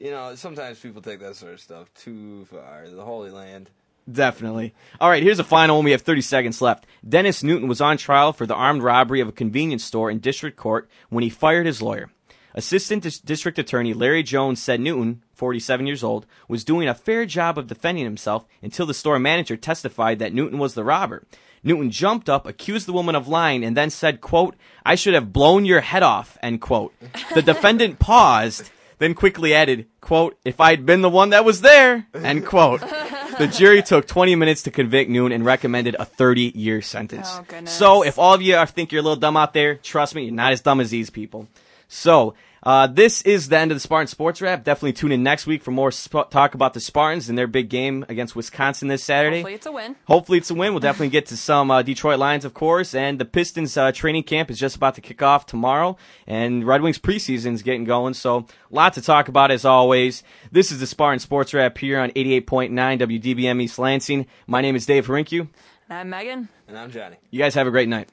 Speaker 3: you know, sometimes people take that sort of stuff too far. The Holy Land.
Speaker 1: Definitely. All right, here's a final one. We have 30 seconds left. Dennis Newton was on trial for the armed robbery of a convenience store in district court when he fired his lawyer. Assistant Dis- District Attorney Larry Jones said Newton, 47 years old, was doing a fair job of defending himself until the store manager testified that Newton was the robber. Newton jumped up, accused the woman of lying, and then said, quote, I should have blown your head off, end quote. The defendant paused, then quickly added, quote, if I'd been the one that was there, end quote. The jury took 20 minutes to convict Noon and recommended a 30 year sentence.
Speaker 2: Oh, goodness.
Speaker 1: so if all of you are, think you're a little dumb out there, trust me, you're not as dumb as these people. So, uh, this is the end of the Spartan Sports Wrap. Definitely tune in next week for more sp- talk about the Spartans and their big game against Wisconsin this Saturday.
Speaker 2: Hopefully it's a win.
Speaker 1: Hopefully it's a win. We'll definitely get to some uh, Detroit Lions, of course, and the Pistons uh, training camp is just about to kick off tomorrow, and Red Wings preseason is getting going. So, lot to talk about as always. This is the Spartan Sports Wrap here on 88.9 WDBM East Lansing. My name is Dave Harinkyu.
Speaker 2: And I'm Megan.
Speaker 3: And I'm Johnny.
Speaker 1: You guys have a great night.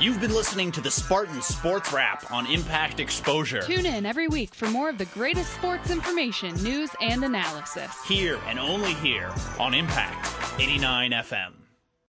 Speaker 13: You've been listening to the Spartan Sports Wrap on Impact Exposure.
Speaker 14: Tune in every week for more of the greatest sports information, news, and analysis.
Speaker 13: Here and only here on Impact 89 FM.